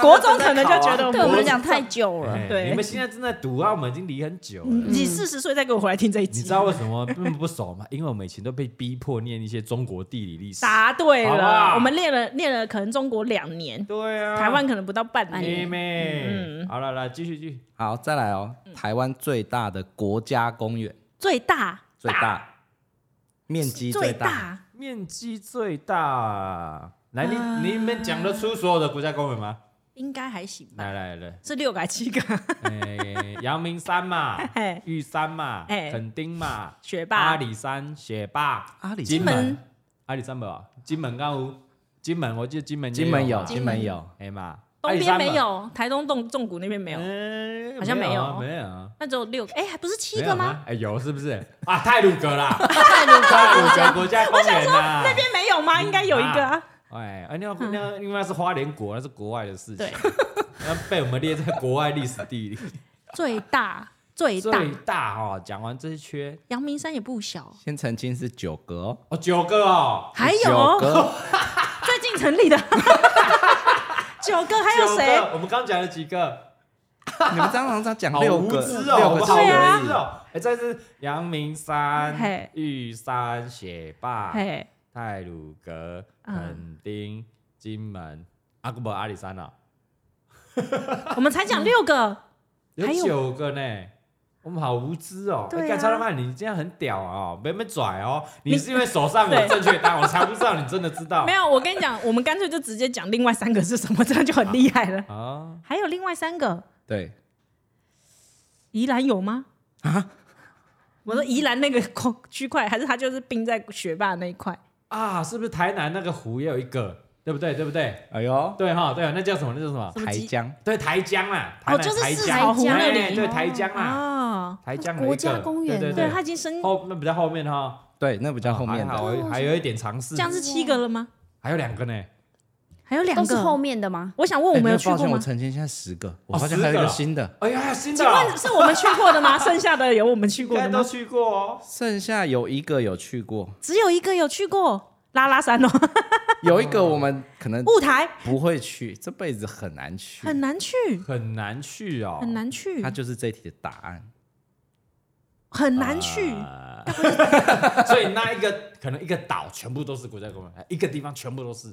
国中可能就觉得
对我
我
们来
们
讲太久了，
哎
对嗯
你们现在正在读啊，我们已经离很久了。
你四十岁再给我回来听这一
你知
集，
道为什么那么不熟吗？因为我们以前都被逼迫念一些中国地理历史。
答对
好吧
了，我们练了练了，可能中国两年，
对啊，
台湾可嗯能不到半
妹
年。
妹，好了，来继续继续。
好，再来哦，
嗯
台湾最大的国家公园，
最大
最大，面积
最
大，
大
面积最大，来，你你们讲得出所有的国家公园吗？
应该还行吧？
来来来，
是六个还七个？
*laughs* 哎，阳明山嘛
嘿，
玉山嘛，
嘿
垦丁嘛，
学霸
阿里山、雪霸、
阿里
金
山
金
门
门、
阿里山没有，啊金门刚有，金门我记得金门也
金门有，
嘛
金门有，
哎嘛，阿
东边
里山
没
嘛，
有，台东洞纵谷那边没有，
哎
好像
没
没
啊
有
没有啊。
那只有六个。哎，还不是七
没
个
有
吗？？
哎，有是不是啊？泰鲁格啦，泰鲁格，泰鲁格国家公园啊呐。
那边没有吗？应该有一个啊。
哎，啊，那那因为那是花莲国，那是国外的事情
对，
*laughs* 那被我们列在国外历史
*laughs*
地理。
最大最大，
最大哦，讲完这一圈
阳明山也不小，
先澄清是九个哦，
哦，九个哦，
还有
九
哦
个，
最近成
*laughs*
立的九个，还有
九
谁？
个？我们刚讲了几个？
*laughs* 你们常常常讲
好
六
无
个，
知哦，
六
我
个
们
字
好
对啊
而
无知
已。
哦。哎，这是阳明山
嘿、
玉山、雪霸、
嘿，
泰鲁格、
嗯
垦丁、金门、阿古伯、阿里山啊，
我们才讲六个，
有
还有
九个呢。我们好无知哦！
对啊
哎干超浪漫，你这样很屌哦，没没拽哦，你
你
是因为手上有
对
正确答案，
*laughs*
我才不知道你真的知道
没。有。我跟你讲，我们干脆就直接讲另外三个是什么，这样就很厉害了。
啊，
*laughs* 还有另外三个，
对，
宜兰有吗？啊？我说宜兰那个空区块，还是它就是并在学霸那一 *laughs* 块？
啊，是不是台南那个湖也有一个，对不对？对不对？
哎呦，
对哈，对，那叫什么？那叫什么？
什么
台
鸡
江，
对，台江啦，台
哦
南
就是
台
四
江
海湖那
哎
里
对，
哦
台江啦，
哦，
台江有一
国
个
家公园
对
对，
对
它
对，
已经升，
后那比较后面哈，
对，那比较后面
哦还
的，
好还有一点尝试
这，样是七个了吗？
还有两个呢，
还有两
都是后
个。
面的吗？
我想问，我
哎
们
那
有去
抱
过
歉，我
吗？
澄清，现在十个，我
哦
发现
十
还有一
个
个
了
新的，
哎呀，新的
请
哦
问是我们去过的 *laughs* 吗？剩下的有我们去
应
过
该
的
都
吗？
去过哦，
剩下有一个有去过，
只有一个有去过，拉拉 *laughs* 山哦，
有一个我们可能
雾台
不会去， *laughs* 这辈子很难去。
很难去，
很难去哦，
很难去
它。就是这题的答案。
很难去。
啊 *laughs* 所以那一个可能一个岛全部都是国家公园，一个地方全部都是。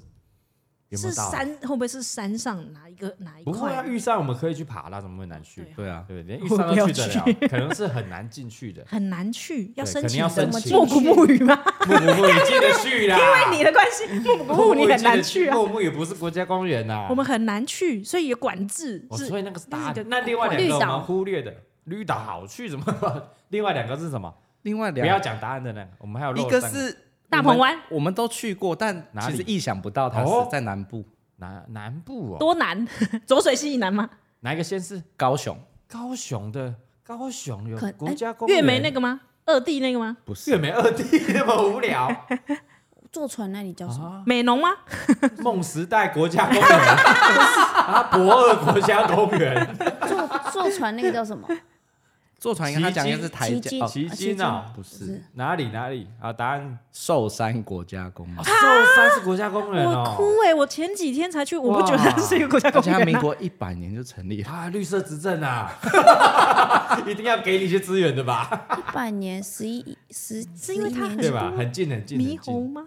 有没
是
有道理？
山会不会是山上哪一个哪一
不会啊，
块。
玉山我们可以去爬啦，怎么会难去？
对啊，
对，连玉山都去得了，可能是很难进去的 *laughs*
很难去？要
对
申
可能
请
要
的
申
吗
请
莫古木语
*laughs*
吗？
木木也进得去啦，
因为你的关系，莫古木
木
你很难去啊。
木木也不是国家公园呐。
我们很难去，所以有管制
哦，
是
所以那个是答
那
案
个。
那另外两个
绿
我
岛
们忽略的，绿岛好去怎么？ *laughs* 另外两个是什么？
另外
不要
两
讲答案的呢，我们还有哦
一
漏
个
三
是
大鹏湾，
我们都去过，但
哪里
其实意想不到它
哦
是在南部
南南部哦，
多难， *laughs* 浊水溪以南吗？
哪一个先是
高雄，
高雄的？高雄有
可
国家公园，
月眉哎那个吗？二弟那个吗？
不
月眉二弟那么无聊
坐船那里叫什么？
啊？
美浓吗？
*laughs* 梦时代国家 *laughs* 公园啊，博二国家公园，
坐坐船那个叫什么？
坐船应该他讲应该是台
奇迹
江，哦
奇经啊，
不是
哪里哪里啊？答案
寿山国家公园
哦，，寿山是国家公园
我
哦。
哭哎！我前几天才去，我不觉得
哇
是一个国家
而
公
且它
园
民
啊。
国一百年就成立了， *laughs*
啊，绿色执政啊， *laughs* 一定要给你一些资源的吧？
一百年、十一、十，
是因为它
11
很
年
对吧？很近很近， *laughs* 很
猕
近
猴吗？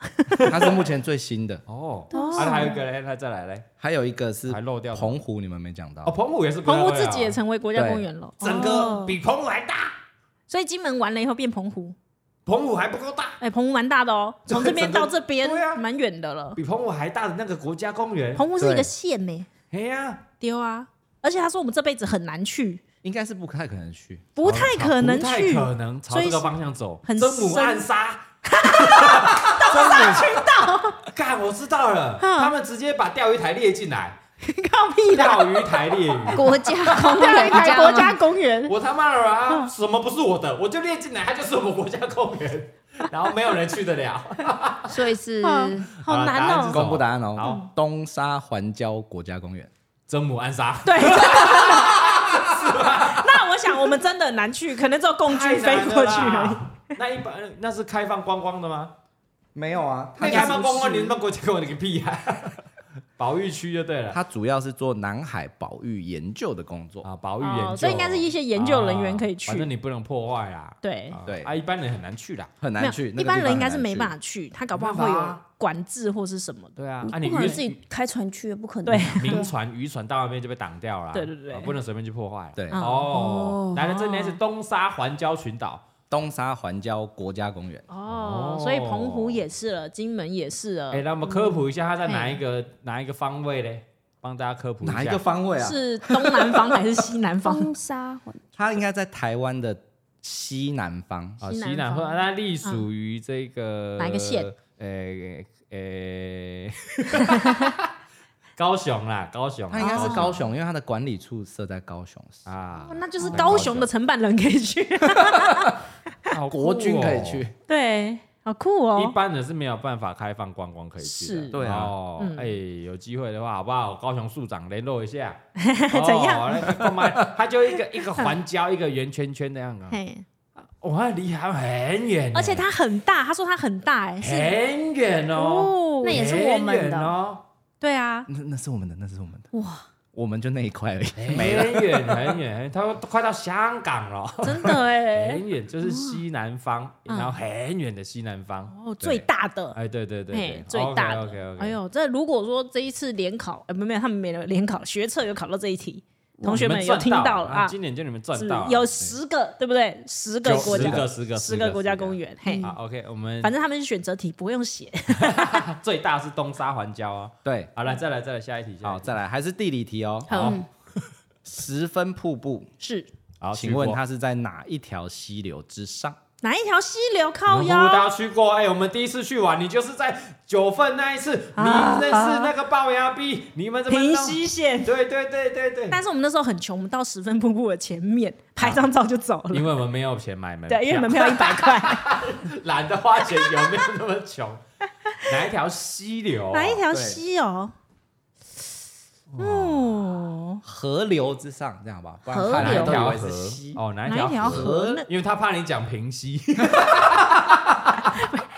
它是目前最新的。
哦。
哦
啊，还有一个嘞，那再来嘞，
还有一个是
还漏掉什么
澎湖，你们没讲到
哦，，澎湖也是国家
澎湖
公园
自己也
啊
成为国家公园了，
整
哦
个比澎湖还大，
所以金门完了以后变澎湖，
澎湖还不够大。
哎，澎湖蛮大的哦，从这边
整个
到这边
对啊
蛮远的了。
比澎湖还大的那个国家公园，
澎湖是一个
对
县呢，
哎呀，
丢啊！而且他说我们这辈子很难去，
应该是不太可能去。
不太可能
哦不太
去，
可能朝
所以
这个方向走。
很
真母
深
暗
*laughs*
杀，真母群岛，干，我知道了，
嗯
他们直接把钓鱼台列进来，
靠屁的！ *laughs*
钓鱼台列鱼。
国家公
钓
园
鱼台国家
吗
公
*laughs*
园，
我他妈的
嗯
啊！什么不是我的，我就列进来，它就是我们国家公
*laughs*
园，然后没有人去得了。
所以是
嗯好难
答案是
哦。
什么
公布答案哦
好，
东沙环礁国家公园。
真母暗杀，
对， *laughs* 那我想我们真的很难去，可能只有共
太
军飞
难了
过去而已。
啦。那一般那是开放观光的吗？
没有啊，
那开放观光，你他妈国家公园你个屁呀！ *laughs* 保育区就对了
它主要是做南海保育研究的工作。
啊，保育研
哦，
究，
所以应该是一些研究人员可以去哎
啊反。正你不能破坏啦。
对，
啊
对
啊，一般人很难去啦。
很
没有
难去，
一般人应该是没办
法。
法去，他搞不好会
没办法
有
啊
管制或是什么的。
对啊，啊，
你
你
嗯不可
渔
能自己开船去，不可能。
对，
民船、渔船到那边就被挡掉了。
对对对
啊不能随便去破坏。
对，
嗯
哦
哦，
来了，这边是东沙环礁群岛，
东沙环礁国家公园，
哦
哦，
所以澎湖也是了，金门也是了
哎，，那我们科普一下，它
嗯
在哪一个哪一个方位嘞？帮大家科普一下
哪一个方位啊？
是东南方还是西
*laughs*
南方？
*laughs* 风沙环
它应该在台湾的西南方，
啊，
西南
西南
方嗯啊
方，那隶属于这个
哪一个县？
呃呃， *laughs* 高雄啦，高雄
它
啦
应该是
哦
高雄，因为它的管理处设在高雄市。
啊
哦，那就是高雄的承办人可以
*laughs*
去。
好酷哦
国军可以去，
对，好酷
一
哦。
般人是没有办法开放观光可以去的。
是
对啊
哦
嗯
哎，有机会的话，好不好？高雄署长联络一下，
*laughs* 怎样
哦？那个干嘛
*laughs*
他就一个一个环礁，一个圆圈圈那样啊。
嘿，
哇，那离海很远呢，
嗯而且它很大，他说它很大，哎，是
很远哦，
哦
那，也是我们的
很远
*laughs*
哦，*laughs*
对啊，
那那是我们的，那是我们的，
哇，
我们就那一块而已。
没很远很远，他
*laughs*
们都快到香港了。
真的哎，
很远就是西南方，
嗯
然后很远的西南方。
哦，最大的。
哎，对对对
嘿
对，，
最大的
OK 哦 OK，
哎呦，这如果说这一次联考，呃，没有没有，他们没有联考，学测有考到这一题，同学们有听到了啊，
今年就你们赚
只
到了，
有十个，对不对？十个
九
国
十
家，
个十个嗯
十个国家公。园，嘿，
好，OK，我们
反正他们是选择题，不用写。
最大是东沙环礁啊。
对，
好，来再来再来下一题，
好，
下一题
再来还是地理题哦。
好
十分瀑布，
嗯是
好，
请问
他
它是在哪一条溪流之上？
哪一条溪流靠
我们呼
腰？
大家去过，哎，我们第一次去玩，你就是在九份那一次，你
啊
那是那个龅牙逼，你们怎么
平
弄？
溪线。
对对对对对，
但是我们那时候很穷，我们到十分瀑布的前面拍张照就走了。
因为我们没有钱买门票，
对，因为门票一百块，
懒得花钱，有没有那么 *laughs* 穷？哪一条溪流啊？
哪一条溪哦？哦，
河流之上，这样好不好？不
河
然怕
哪
人
一
都
条
以为是
河
溪？。
哦，哪一
哪一条
条河？
河呢？
因为他怕你讲平溪，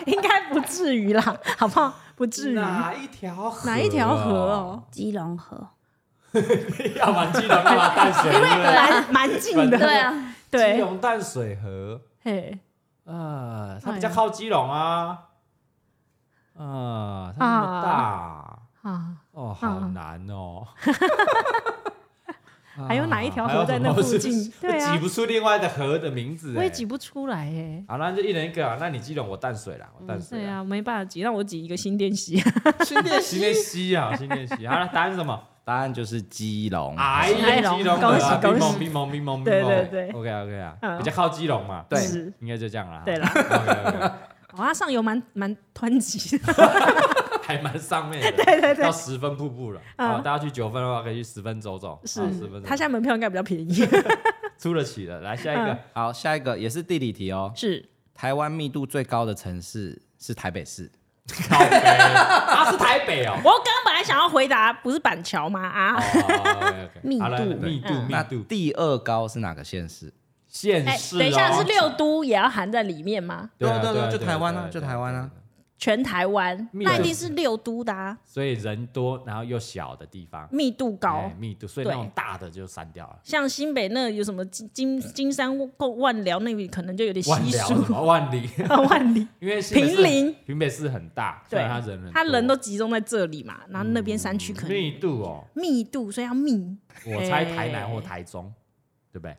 应该不至于啦， *laughs* 好不好？不至于。
啊 *laughs* 哪一条河？
哪一条河？哦？
基隆河，
*laughs* 要玩基隆，要玩淡水河，
蛮蛮近的，
对啊，
*laughs* 对不对基
对，
隆淡水河。
嘿，
呃，它比
哎
较靠基隆啊，呃，它那么大、
啊，
哦，好难哦。啊
还有哪一条河在那附
*laughs* 还有
近
什么我
对啊
挤不出另外的河的名字、欸。
我也挤不出来哎。
好，那就一人一个啊。那你基隆，我淡水啦，我淡水
对
啦。
啊，没办法挤，让我挤一个新店啊西。
新店西，新店西啊，新店西。好了，答案是什么？
答案就是基隆。
哎
哎
呀，
龙
基隆
恭喜
啊，
恭
冰蒙
喜
冰蒙冰蒙冰
对
蒙。
对对
OK OK 啊，
嗯
比较靠基隆嘛。
对
是
应该就这样啦。
对啦
OK，OK，
哦，它上游蛮蛮湍急的，
还蛮上面的。
*laughs* 对对对
到，十分瀑布了，
嗯
啊，大家去九分的话可以去十分走走，
是
啊十分走走。
它现在门票应该比较便宜。 *laughs*
出得起的，来下一
嗯
个，
好，下一个也是地理题哦。
是
台湾密度最高的城市是台北市。
靠北，他是台北哦
*laughs*
我。刚刚本来想要回答不是板桥吗？啊，
密
密度
密度，
嗯
密
那
度，
第二高是哪个县市？
县
哎，
市。哦
等一下是，六都也要含在里面吗？
对啊
对啊
对
对
啊
啊，就台湾啊
对
就台湾啊。
对对对
全台湾，
密
那一
度
定是六都的啊，
所以人多，然后又小的地方，
密度高
哎。密度，所以那
对
种大的就删掉了。
像新北那有什么金金金山万万寮那里可能就有点
万哦
稀
寮
疏啊
什，
*laughs*
么万里， *laughs*
万里
因为新北市
平陵，
平北市很大，所
对
以他人很多，
他人都集中在这里嘛，然后那边山区可能
密度哦，
密度，所以要密。
我猜
哎
台南或台中，对不对？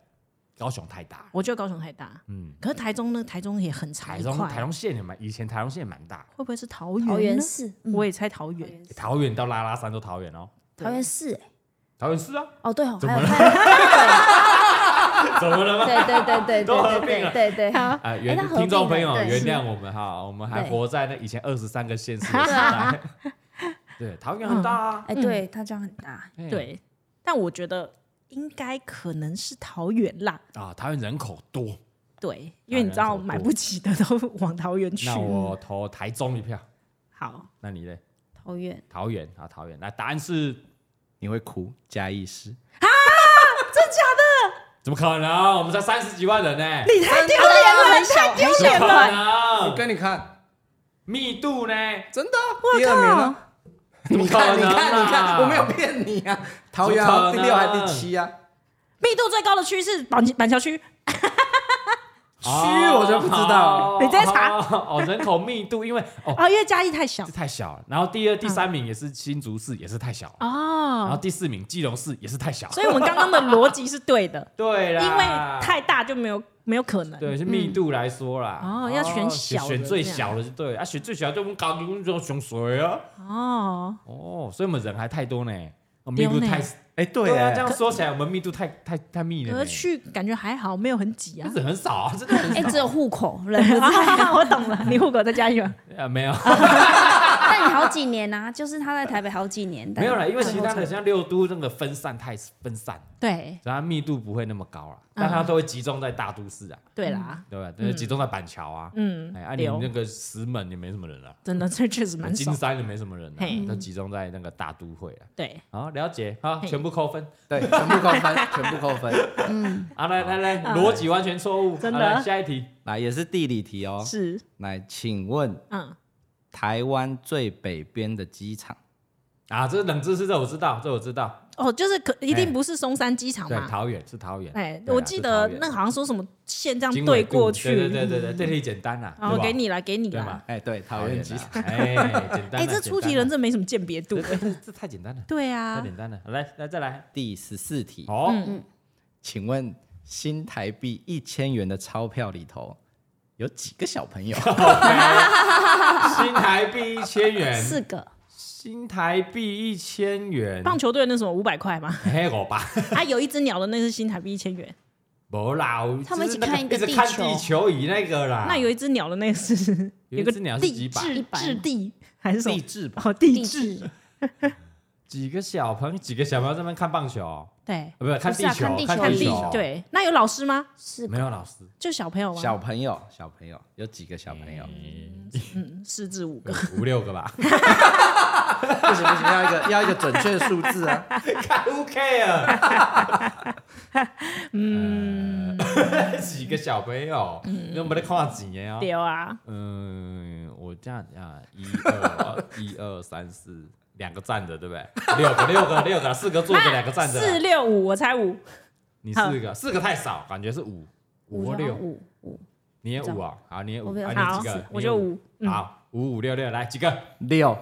高雄太大了，
我觉得高雄太大，
嗯，
可是台中呢？台中也很长
台
一
中
块，
台中县也蛮，以前台中县也蛮大的，
会不会是桃园呢？嗯
*laughs* 桃园市，
我也猜桃园，
园
桃园到拉拉山都桃园哦，
桃园市，哎
桃园市
*laughs*
啊，
哦对哦，
怎
还
么
有
了
还有
怎么了吗？ *laughs*
对对对对对
都合
对
并
对
了
对对对，
啊，
哎
原
那合
听众朋
并
友
了对
原谅我们哈，我们还
对
活在那以前二十三个县市的时
啊
代。对，桃园很大啊，
哎对，它这样很大，
嗯
哎
对。但我觉得应该可能是桃园啦，
啊，桃园人口多，
对，因为你知道
桃园
买不起的都往桃园去
那。我投台中一票，
好，
那你嘞？
桃园，
桃园啊，桃园，那答案是
你会哭，嘉义市。
怎么可能？我们才三十几万人呢，
你太丢
对
脸了，
啊，很小很
怎么
小
可
块，
我
能？
跟你看，
密度呢？
真的，第二名啊。
怎么
*laughs* 你
可能啊
看，你看，你看，我没有骗你啊！桃园好像第六还是第七啊？
密度最高的区是板板桥区，
区
我就不知道
你在查
哦，人口密度，因为哦
哦，因为嘉义太小
这太小了，然后第二、第三名也是新竹市，也是太小了。然后
哦，
第四名基隆市也是太小，
所以我们刚刚的逻辑是对的，
*laughs* 对
因
啦，
为太大就没有没有可能。
对是密度来说啦，
嗯哦要选小的
选最
这样
小的就对了啊，选最小就我们搞你们这种熊水啊，
哦，
哦，所以我们人还太多呢，哦密
丢
度
呢
太
哎，对
对啊，
哎
这样说起来我们密度太太太密了
可啊
呢，
是去感觉还好，没有很挤啊
就。是很少啊，真的很
哎
少
只有户口人不在，
啊 *laughs* 我懂 *laughs* 了，你户口在嘉义吗？
啊，没有
哎
但你好几年啊，就是他在台北好几年，但
没有啦，因为其他的像六都那个分散太分散，
对
所以它密度不会那么高啦，
嗯
但它都会集中在大都市啊，
对啦，
对吧？就是集中在板桥啊，
嗯
哎，啊，你
有
那个石门也没什么人啊，
真的这确实蛮少
金。山也没什么人啊
嘿，
都集中在那个大都会啊。
对，
好，了解，好，
嘿
全部扣分。
对，全部扣分， *laughs* 全部扣分。
啊，来来来，逻辑完全错误。
嗯真
好
的
来下一题，
来，也是地理题哦。
是
来，请问
嗯，
台湾最北边的机场？
啊，这冷知识，这我知道，这我知道。
哦，就是可一定
哎
不是松山机场
对，
嘛？
桃园是桃园。
哎，
对啊
我记得那好像说什么线这样对过去，
是桃园经纬度对对对对，对这题简单啦。啊
然后
对吧
给，你了，给你
对
了
嘛。
哎，对，桃
桃园
园机
机
场。
场。哎，简单啦。
哎，这出题人
这
真没什么鉴别
*laughs*
度。
这这太简单了，
对啊
太，简单了。好来，来再来。
第十四题，
哦，
嗯
请问新台币一千元的钞票里头有几个小朋 *laughs* 友？
新台币一千元，
四个，
新台币一千元，
棒球队那什么五百块嘛，
嘿，我吧。
啊，有一只鸟的那是新台币一千元，
不啦，我
他们一起
就是那
看一个
直看
地球
地球仪那个啦。
那有一只鸟的那个是
有一
个
只鸟是
地
几百
质
*laughs* 一百
质地还是什么
励？志吧。
哦，地
地
质
质，
几个小朋友，几个小朋友在那边看棒球哦，
对，
呃，不是看
不
地
是啊
球，
看地球
看
地哦
地
球，，
对。那有老师吗？
四
没有老师，
就小朋友吗？
小朋友，小朋友有几个小朋友？
嗯，四至五个。
五六个吧。
不行不行，要一个要一个准确数字啊！
看 Who care？嗯， *laughs* 几个小朋友，那没得看几年啊？
对啊，
嗯，我这样啊，一二一二三四，两个站着对不对？六个六个六个，四个坐着，两个站着。啊
啊四六五，我猜五。
你四个，四个太少，感觉是五五或啊
然后
六。
五五，
你也五啊，好，你也
我
五，
没有
啊，你
好
几个？，
我就
你
五。嗯
也五，好，五五六六，来几个？
六，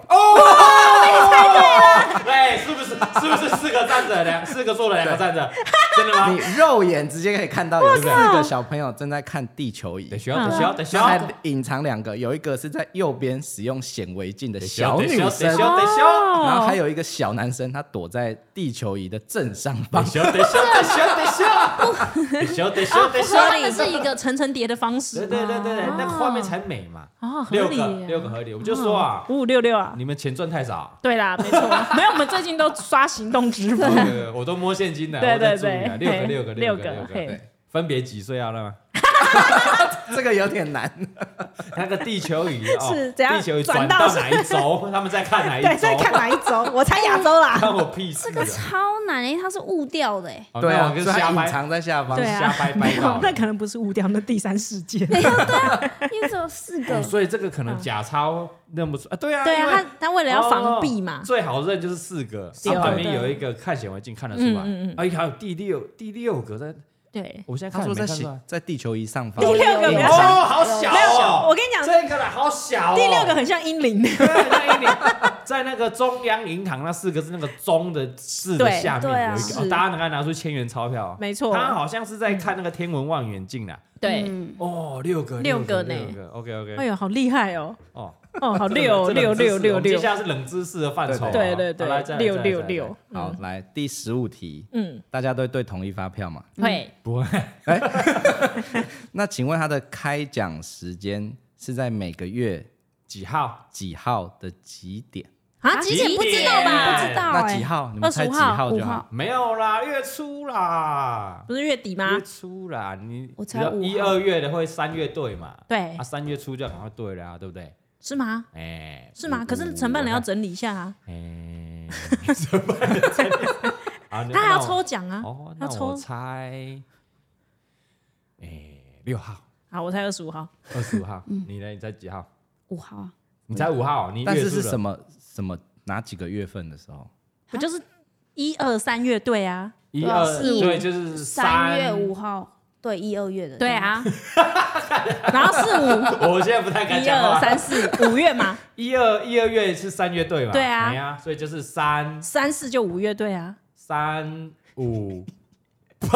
哎，是不是？是不是四个站着，两四个坐着，两个站着？真的吗？
你肉眼直接可以看到有四个小朋友正在看地球仪
等，需要，等需要，等需要，
还
等
隐藏两个，有一个是在右边使用显微镜的
需要，
小
等需
女
要，等
生
需，要，等需要。
然后还有一个小男生，他躲在地球仪的正上
等 *laughs*
方
一。下，等一下，等一下，等一下，等一下，等一下，等一
哦所以他
下。
们是一个层层叠的方式
对
吗。
对对对，那个画面才美嘛。
哦，合
六
理
个，
耶嗯
六个合理，我就说啊，
五五六六啊。
你们钱赚太少。
对啦， *laughs* 没错，没有，我们最近都刷行动支付。
对我都摸现金的，
对
我在
对
注意啊
对，
六个
嘿
六个
六
个
个
六
嘿
对分别几岁啊？那么
这个有点难。
那个地球仪哦，
*laughs* 是怎样
地球仪
转
转
到
到
是
哪一
*laughs*
轴？他们在看哪一
对，
轴
在？看哪一周？ *laughs* 我猜亚洲啦。
看我屁事
这个
啊！
超难诶、它是误掉的欸诶、
哦
对
那
啊
我，跟
所以
瞎
他
掰
隐，藏在下方
对。啊
瞎掰掰
没
到
有， *laughs* 那
了。
可能不是无聊，那第三世 *laughs* 界。
因为只有四个
哦。所以这个可能假钞认不出啊，对啊，
嗯对
因
啊，
为
他他为了要防避
哦
嘛。
最好认就是四个，
对啊
它旁边
对
有一个看显微镜看得出来，
嗯嗯嗯
哎，还有第六第六个在，
对，
我现在
他
看
说在
没看出
显
来
在地球仪上方
第，六个比较像，
哦，好小哦，
我跟你讲，
这个啦，好小哦，
第
*laughs*
六个很像英灵。
对那一年在那个中央银行那四个字那个中的字的
对
下面
对啊
有一个，哦
是
大家能刚拿出千元钞票，
*laughs* 没错
他好像是在看那个天文望远镜啦。啊
对，
嗯
哦，六个，
六
个
个呢
，OK
哎
OK，
呦，好厉害哦！
哦，
哦，好
这个
六
这个
六
冷知识
六六
我们接
六，
下来是冷知识的范畴啊，
对对
好来再
对，
来
六
再来
六
再来
六，
好，
嗯
来第十五题，
嗯，
大家都对同一发票嘛？
会
不会，
那请问它的开奖时间是在每个月
几号？
几号的几点？
啊，
几
几点
点不
不
知
知
道
道
吧？
吧？
不知道
那
欸
哎、
几号？你们猜
25
几
号
号就
5
好
号。
没有啦，月初啦，
不是月底
月
吗？
初啦，你
我猜五
一
号
二月的会三月对嘛？
对
啊，，三月初就要赶快对了啊，对不对？
是吗？
哎，
是吗？可是承办
嗯
人要整理一下啊，
哎，怎么办？
*laughs*
啊
他还要抽。奖啊
那我哦，，那
要
我
抽。
猜，哎，六号、
好，我猜二十五号，
二十五号， *laughs* 你呢？你猜几号？
五号啊，
你猜五号？哦你
但是
么？
是什么什么哪几个月份的时候？
不就是一二三乐队啊？
一
对啊
二
四五
对，就是
三月五。号，对，一二月的。
对，啊， *laughs* 然后四五
我现在不 *laughs* 太敢
一
讲
二
话。
三四五月嘛，
一二一二月是三乐队嘛？
对啊
哎呀，所以就是三
三四就五乐队啊，
三五， *laughs*
这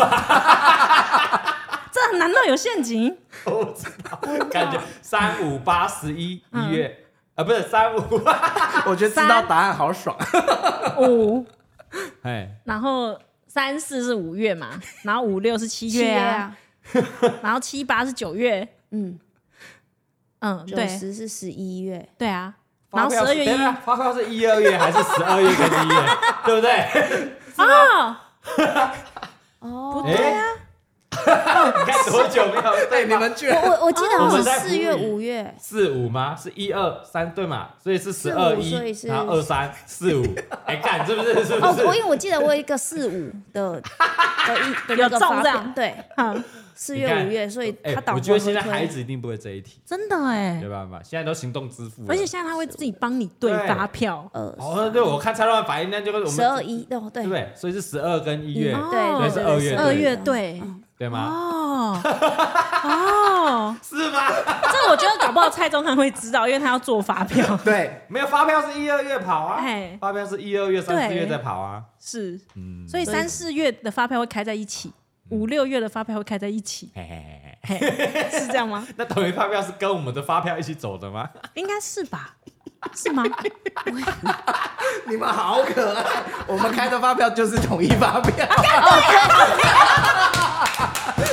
难道有陷
*laughs*
阱？
我知道，感觉三五八十一
嗯
一月啊，不是三五，
*laughs* 我觉得知道答案好爽。
五，
哎，
然后三四是五月嘛，然后五六是七
七
月
月
啊，
啊，
然后七八是九月，
嗯，
嗯，
九
对
十是十一月，
对啊，然
发
后十
票
二
是
月
等
一
等发票是一二月还是十二月跟一月，
*laughs*
对不对？
啊，
哦
哎，你看多久没有
*laughs* 对，
对
你
吗？
们居
我
然，
我我记得好
我们
像
在
是
呼
四月、
吁 *laughs*
五月，
四五吗？是一二三对嘛？所以是十二
四五所以是
一，然后二三四
*laughs*
五。哎，干是不是？是不
哦，我
是？
因为我记得我有一个四五的的
*laughs*
一的那
有
个
中这
发票
样嗯
对，
哈
四
你
月
看
五月，所以
哎
他，倒
我觉得
过
现
来
在
推
孩子一定不会这一题，
真的
欸
哎
没，办法，现在都行动支付了。
而且现在他会自己帮你对
对
发票，
呃
哦，对，我看蔡乱反应，那就是我们
十二一哦
对
对嗯
不对？所以是十二跟一
对
月，
哦
对是二月
对
二
对
月嗯对，
对吗？
哦哦， *laughs*
是吗？
这个我觉得搞不好蔡宗翰会知道，因为他要做发票
*laughs* 对
没有发票是一二月跑啊
哎，
发票是一二月、三四
对
月在跑啊。
*laughs* 是，
嗯，
所以三四月的发票会开在一起，五六月的发票会开在
*laughs*
一起，
嘿嘿嘿嘿
嘿，是这样吗？
那等于发票是跟我们的发票一起走的吗？
应该是吧？是吗？
你们好可爱。我们开的发票就是统一发票， *laughs*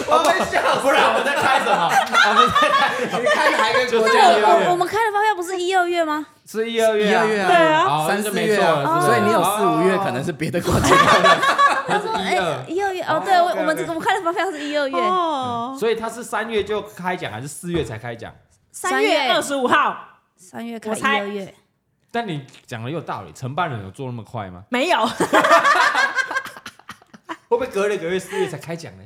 我被
*laughs*
笑，不
啊
然我们在开什么？我们在开什么？
你开台跟
就
国家
这样
一
一
样
样。
我我们开的发票不是一二月
*laughs*
吗？
是一二月，
一二月
对啊
好
三
那就
四
没
月
错了
啊，
是不是
所以你有四
哦
五月可能是别的国家。
它是一
哎
二，
一二月
哦
哦，对，我我们
OK，OK
我们开的发票是一二月，
哦，
所以它是三月就开奖还是四月才开奖？
三月二十五号
三月开
我
一
猜
二月，
但你讲的有道理，承办人有做那么快吗？
没 *laughs* 有，
会不会隔了一个月四月才开
*laughs*
奖呢？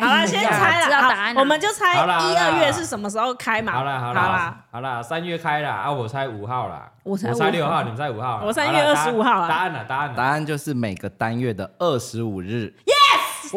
好啦，先猜
知
啦
道
嗯好
答案啦
我们就猜
好啦好
一
啦
二月是什么时候开嘛？
好啦好
好
啦好啦，好啦，三月开啦，啊，我猜五号啦，
我猜
我猜六号，你们猜五号啦，
我猜
好
1月
啦答
25号啦
答案了，答案
答
了，
案就是每个单月的二十五日。
*laughs*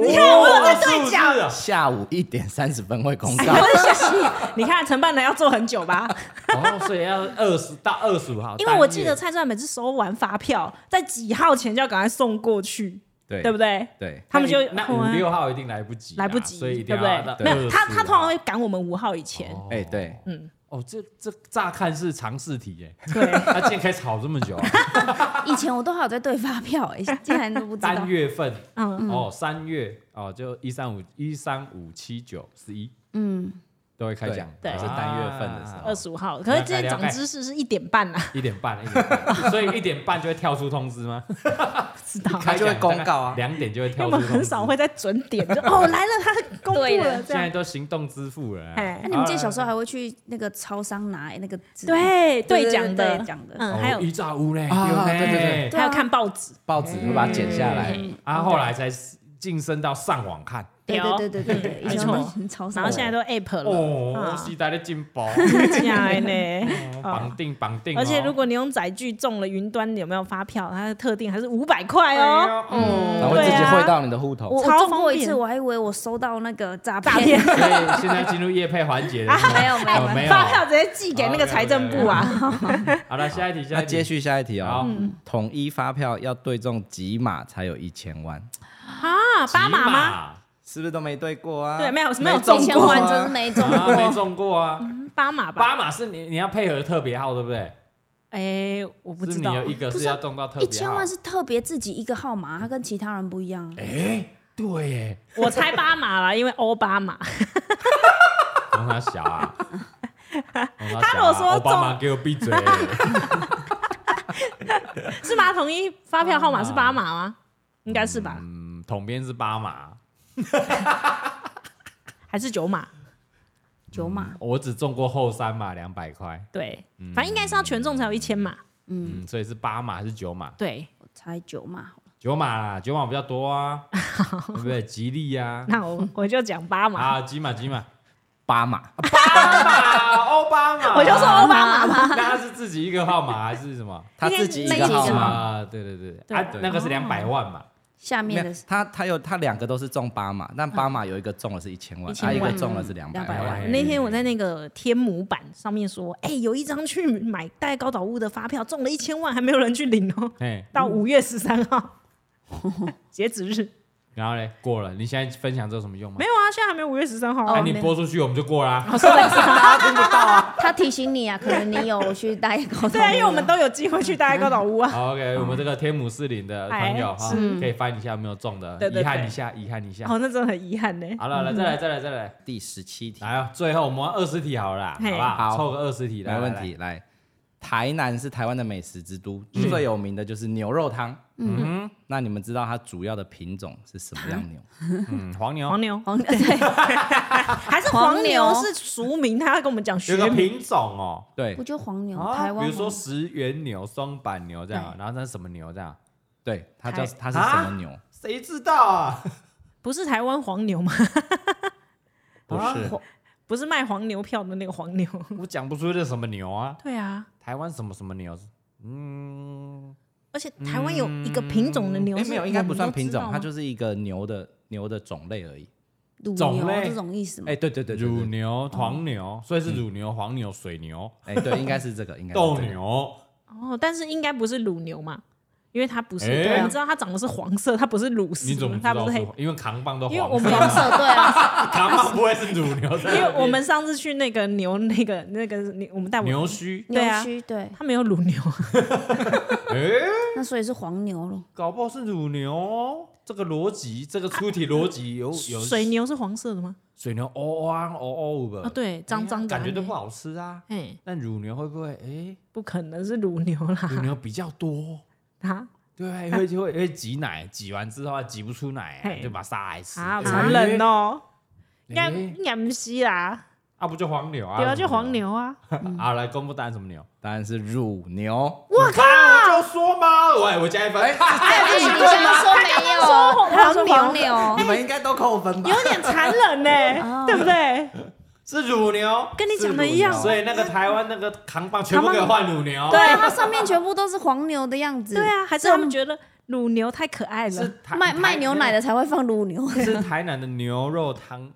你看我有在
对角，
下午一点三十分会公
*laughs*
告。
哎我在想你，你看承办人要做很久吧？
哦，所以要二十到二十五号，
因为我
当夜
记得蔡传每次收完发票，在几号前就要赶快送过去，
对
对不对？
对，
他们就
那
我
五
们
六号一定来不及啦，啊
来不及，
所以一定
对
要
不对
到？
没有，他他
25
通常会赶我们五号以前，
哦
哎对，
嗯，
哦，这这乍看是常试题耶， *laughs*
对。
他竟然可以吵这么久
*laughs*
啊，
以前我都还有在对发票、欸，哎，竟然都不知道
三。月份
嗯，
哦，三月哦，就一三五一三五七九十一
嗯，
都会开
对
奖，
对啊
是单月份的时候
二十五号，可是今天长知识是一点半
*laughs*
啊啦，
一点半，一点
*laughs*
半，所以一点半就会跳出通知吗？
知
*laughs*
道？
他就会公告啊。
两点就会
因为
跳
我
出
们
通知，
很少会在准点就哦来了，
*laughs*
他公布
对
了
了
这
现在
样。
都行动支付了啊。
哎
那、你们记得小时候还会去那个超商拿那个纸？
对
对
对讲的
对讲的
嗯，
哦
还有
一炸屋嘞，
啊
有嘞
对
对
对
还有
啊
看报纸，
报纸会把它剪下来，
嗯
啊，后来才晋升到上网看。
对
有
对对对对对，以
没
前
错
我们 *laughs* 超商
然后现在都 app 了，
哦
啊，
时代的进
*laughs*
步，
这样
*laughs*
的呢。
绑定绑定哦。
而且如果你用载具中了云端有没有发票，它的特定还是五百块哦，
哎呦哦，
然后自己
对啊
汇到你的户头。
我我
超
中
方
过一
便
次，我还以为我收到那个诈
诈
*laughs*
骗
*laughs* 骗，。
所以现在进入业配环节了，是吗
没有没有
哦没有。
啊 *laughs* 发票直接寄给那个财政部啊。
好了，下一题，下
那
一
接
题。
续下一题
好
哦，统一发票要对中几码才有一千万？
啊，八码吗？
是不是都没对过啊？
对没有没有
中
一千
过
万
啊
真是没
骑
中
马？啊，没
*laughs* 过，
中过啊！
八码吧？
八码是你你要配合特别号，对不对？
哎，我不
是
知
你啊
道
有。一个是要中到特别
一
号。
千万是特别自己一个号码，它跟其他人不一样啊。
哎，对耶，
我猜八码啦，因为奥
*laughs*
巴马。
让他小啊。
他如果说
奥巴马
中
给我闭嘴，
是吗？统一发票号码是八码吗？应该是吧，
嗯，统编是八码，
还是九码？
九码，
我只中过后三码两百块，
对，反正应该是要全中才有一千码。
嗯，所以是八码还是九码？ *laughs*
对，
我猜九码，
九码啦，九码比较多
*laughs*
啊，对不对？吉利呀，
那我我就讲八码，
啊，几码几
*laughs*
码？
八码，啊
八码，奥巴马，
我就说奥巴马嘛。
那他是自己一个号码还是什么？
他自己一
那
个
一
号
个
码。
啊，对对对，
对哦
啊，那个是两百万嘛，
下
没
面
有
的是，
他他有他两个都是中八码，但八码有一个中了是一千万，
1000
他
万
一个中了是
200
两万。
哎
那天我在那个天母版上面说，哎、有一张去买戴高岛屋的发票中了一千万，还没有人去领哦，
嘿，
到五月十三号截
*laughs*
止日。
然后嘞过了，你现在分享这有什么用吗
没？有啊，现在还没有哦五月十三号
那
啊、
哦
你
没有
播出去我们就过啦。
*laughs* 他提醒你啊，可能你有去大夜高
对啊，因为我们都有机会去戴高岛屋 *laughs* 啊。
好 OK，我们这个天母士林的朋友哈，可以翻一下有没有中的
哎对，对
遗憾
对
一下，遗憾一下。
哦，那真的很遗憾呢、
好了，来再来再来再来，
第十七题，
来哦，最后我们二十题好了啦，
嗯嘿
好不好？
好
凑个二十题，来
没问。题。来，台南是台湾的美食之都，最有名的就是牛肉汤。嗯，那你们知道它主要的品种是什么样牛？
来来嗯，黄牛
黄牛
黄对，
还是
黄
黄牛
牛
是俗名，他要跟我们讲学
有个
名。
品种哦，
对
我觉得黄牛
啊
台湾
比如说
黄
石原牛、双板牛这样啊，然后那是什么牛这样？
对，它叫
台
它是什
啊
么牛？
谁知道啊？
不是台湾黄牛吗？ *laughs*
不
啊
是
不是卖黄牛票的那个黄牛。
我讲不出这什么牛啊，
*laughs* 对啊，
台湾什么什么牛？嗯，
而且台湾有一个品种的牛
哎，
是
没有，应该
我们
不
都
算品
知道
种，
吗
它就是一个牛的牛的种类而已。
乳
种
牛
类
这种意思吗？
哎，对对对，对
乳
对
牛、黄牛，所以是乳牛、黄牛、水牛、
哎，对，应该是这个，应该是
斗
这个。
牛。
哦，但是应该不是乳牛嘛，因为它不是，
诶
对啊你知道它长的是黄色，它不是乳丝，
你怎么知
它不
道
是
是
黑
黄？。因为扛棒都
因为我
黄色
们
黄色对啊，
扛棒不会是乳牛在
因
那边，
为我们上次去那个牛那个那个牛，我们带我
牛须，
对啊
牛须对，
它没有乳牛，啊
哎、
那所以是黄牛咯。
搞不好是乳牛哦。这个逻辑，这个出题逻辑有有
水牛是黄色的吗？
水牛哦啊哦哦的
啊，对，脏脏的，
感觉都不。好吃啊。
哎，
但乳牛会不会？哎、
不可能是乳牛
乳
*laughs* 啦，
牛比较多，
啊
对，会会会挤奶，挤完之后还挤不出奶、
嘿
就把它杀来吃。
啊，
哎
残忍哦，应该
哎
应该不是啦，
啊，不就黄牛啊？
对啊，
什么
就
*laughs*
黄。牛啊，
啊，来公布答案什么牛？
当然是乳牛。
我靠！我就说嘛，喂，我加一分。
哎，不行，你刚刚说没有，
他刚刚说
说
黄
黄
牛
你
牛，
们应该都扣分吧？
有点残忍 *laughs* 呢，
哦
对不对？
*laughs* 是乳牛，
啊跟你讲的一样
是乳牛所以那个台湾那个扛棒全部给我换乳牛。
啊对，它上面全部都是黄牛的样子。
啊对啊，还是他们觉得乳牛太可爱
是
了，
台
卖卖牛奶
的，
的才会放乳牛， *laughs*
是台南的牛肉汤，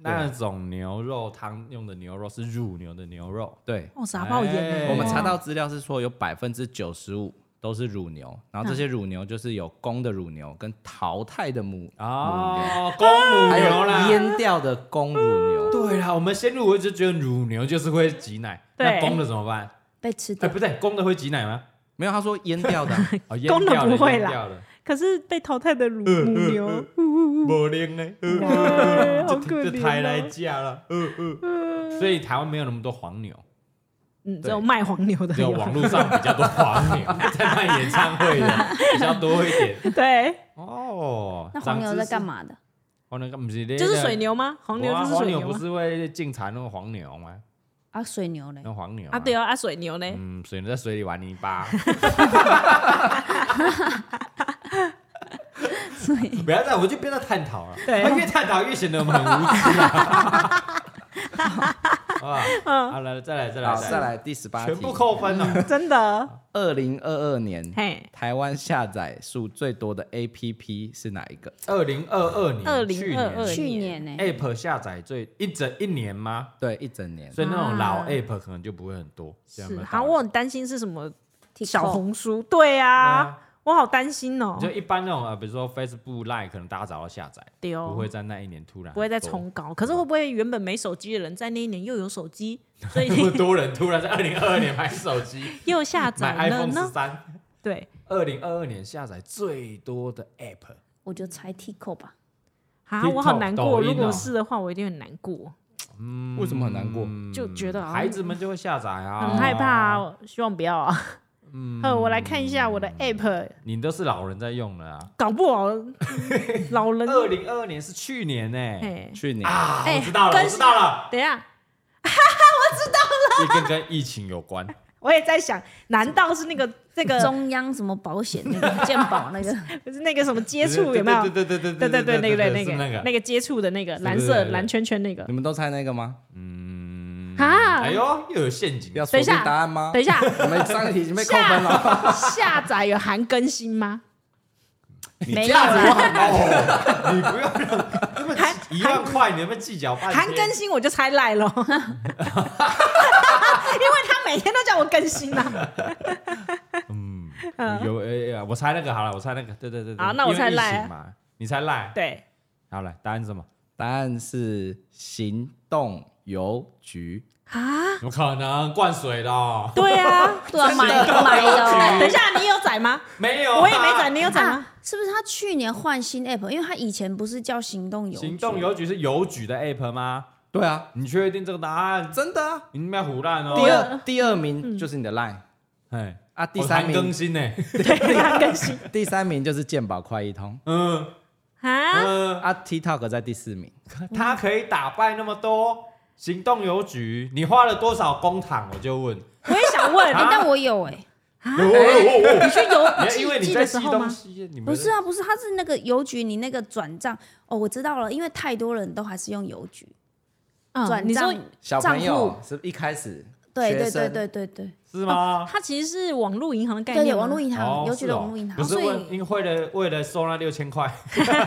那种牛肉汤用的牛肉是乳牛的牛肉，
对，
哦，傻爆眼了、
哎
我们查到资料是说有百分之九十五都是乳牛，然
嗯
后这些乳牛就是有公的乳牛跟淘汰的母，
哦，公母
还
牛啦
有。阉掉的公乳牛。
对啦，我们先入为主觉得乳牛就是会挤奶，那
对
公的怎么办？
被吃
哎，
掉。
不对，公的会挤奶吗？
没有，他说阉
*laughs*
掉的啊，
哦，阉
公的
掉了
不会
阉
啦
掉了
可是被淘汰的
嗯
乳
*laughs*
母牛，
没灵呢，呃
哎好
这
可
这
怜、
台来
哦。嗯
嫁了，呃呃，所以台湾没有那么多黄牛，
嗯，只有卖黄牛的
只有
有
网络上比较多黄
*laughs*
牛，在办演唱会的比较多一点。
对，
哦，
那黄牛在干
嘛？
嘛的？
黄牛干不是
就是水，牛吗？黄牛就是
黄
水
牛
牛
不
吗
是会进产那个黄牛吗？
啊，水牛嘞
那，黄牛
啊，对
啊，
啊，啊水牛呢？
嗯，水牛在水里玩泥巴，
水
不要再，我就不要再探讨了，
对
啊越探讨越显得我们很无知
*laughs*
啊。啊，
嗯
好来再来再来
好，再，来第十八题
全，部扣分哦了。
真的，
嗯
二零二二年
嘿，
台湾下载数最多的 APP 是哪一个？
二零二二年，
2022
去年
去年呢？
App 下载最一整一年吗？
对，一整年。
所以那种老
啊
App 可能就不会很多。这样有没
是，
有
好，
道理
我很担心是什么
TikTok
小红书，对啊，我好担心哦，
就一般那种呃，比如说 Facebook、Line，可能大家早要下载，
丢
不会在那一年突然
哦不会再
多
重搞。可是
啊
会不会原本没手机的人，在那一年又有手
*laughs*
机，所以
那么多人突然在二零二二年买手机，
又下
买
载了
iPhone 十
呢？
三。
对，
二零二二年下载最多的 App，
我就猜 Tico 吧，
啊，
TikTok，
我好难过。
抖音哦
如果是的话，我一定很难过，
嗯
为什么很难过
就觉得好像
孩子们就会下载啊，
很害怕啊。。我希望不要啊。 *laughs*
嗯，
呃，我来看一下我的 app，
你都是老人在用了啊。
搞
*laughs*
不好老人
二零二二年是去年呢，
哎，
去年
啊，
哎
我知道了，
更
我知
新
道了，
等一下，
一跟跟疫情有关。
我也在想，难道是
*laughs*
那个那个
中央什么保险那个健保那个，
是那个什么接触有没有？
对对对
对对对，那个对那
是那
个
个
那个接触的那个蓝
对
色
对对
蓝圈圈那个
你们都猜那个吗？
嗯
啊
哎，呦，又有陷阱，
要锁定
等一下
答案吗
等？一下，
我们上一题已经被扣分了。
下载有含更新吗？
你
没
这样
有
子
啦
我很难哦，你不要让那么一万块，你能不能计较半
*laughs* 含
天？
更新我就猜赖 *laughs* 了，因为他每天都叫我更新啊。
嗯有哎哎，我猜那个好了，我猜那个，对对对。对
好那我
因为
猜赖啊
疫情嘛，你猜赖。
对，
好了，答案是什么？
答案是行动邮局。
啊，
怎么可能灌水的哦？
对啊。
对啊，买买
哎
的
等一下，你有载吗？
没有啊，
我也没载，你有载 *laughs* 吗？
啊，是不是他去年换新 app？因为他以前不是叫行动邮局
行动邮局是邮局的 app 吗？
对啊，
你确定这个答案？
真的啊。
你不要胡乱哦。
第二第二
嗯
名就是你的 Line
哎，
啊，第
我
三
才更
名
新呢。
对，含啊更
*laughs*
新
第三名就是健保快易通
嗯
啊。
嗯，
啊，TikTok 在第四名。
他可以打败那么多行动邮局，你花了多少公帑？我就问。
我也想问，
哎，但我有哎，
*laughs* 哦哦哦
啊你去
哦
邮
你因为
寄
你
寄
在
的时
寄
候
东
吗？
西，你们
不是啊，不是，他是那个邮局，你那个转账哦，我知道了，因为太多人都还是用邮局转
嗯你说
账，
小朋
账
友是一开始
对对对
学生
对对对，
是吗？
它其实是网络银行的概
对
念
对
吗，
网络银
哦
行，邮局
是
的
哦
网络银行，啊
不是
所
为
以
因为了为了收那六千块 *laughs*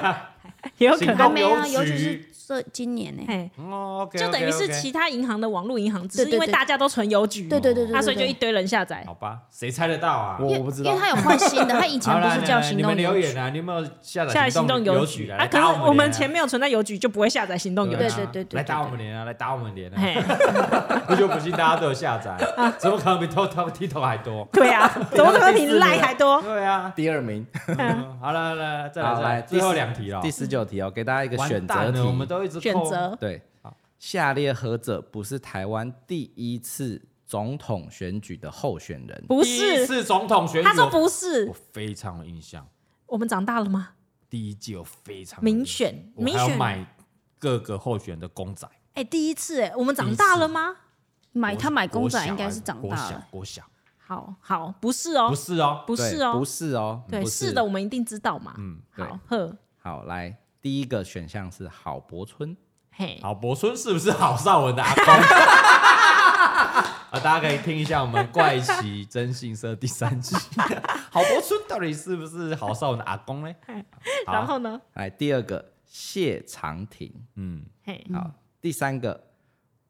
也有可
行动
能。
还没啊，
邮
邮
局
局是这今年呢，
哎，
哦，OK，
就等于
OK，OK
是其他银行的网络银行，只是
对对
因为
对
大家都存邮局，
对对对对，
啊，所以就
对
一堆人下载。
好吧，谁猜得到啊？
我
因为
我不知
因
道
为。他有换新的，他以前
好
不
啦
是
来
叫
来
行
你
动
们留
邮局
言，啊，你有没有下载
下载行动邮
局
局
来
啊，
来
可是
打我
我们前
脸啊
面有存在邮局，就不会下载行动邮
对
局。
对对对
来打我们
对
脸啊，来打我们脸啊！
嘿，啊
我 *laughs* 就不信大家都有下载，啊
*laughs*
怎么可能比 t o t o t 还多？*laughs*
对啊，怎么可能比赖还多？
对啊，
第二名，
啊
嗯 *laughs* 好了，来来再来
好
再来，
第
最后
十
两题了，
第十九题哦，给大家一个
完
选择
蛋
题
了。我们都一直
选
扣
择
对
好，
下列何者不是台湾第一次总统选举的候选人？
不
第一
是，
次总统选举，
他说不
我
是，
非常有印象，
我们长大了吗？
第一届我非常有印
民
象，
选，
我
民
还要
选，
买各个候选的公仔，
哎，第一次，哎，我们长大了吗？
买
国
他买公
国
仔
小
应该
还
是长
国
大
小
了，
国小
好好，不是哦
不，是哦，
不是
对不
哦，
是哦，
对，
不
是的，。我们一定知道嘛。
嗯，
对
好，呵，
好，来，第一个选项是郝柏村，
嘿，
郝柏村是不是郝邵文的阿公？ *laughs* 啊，大家可以听一下我们怪奇征信社第三集，郝柏村到底是不是郝邵文的阿公
*laughs*
呢？好
然后呢？
来，第二个谢长廷，
嗯，
嘿，
好，第三个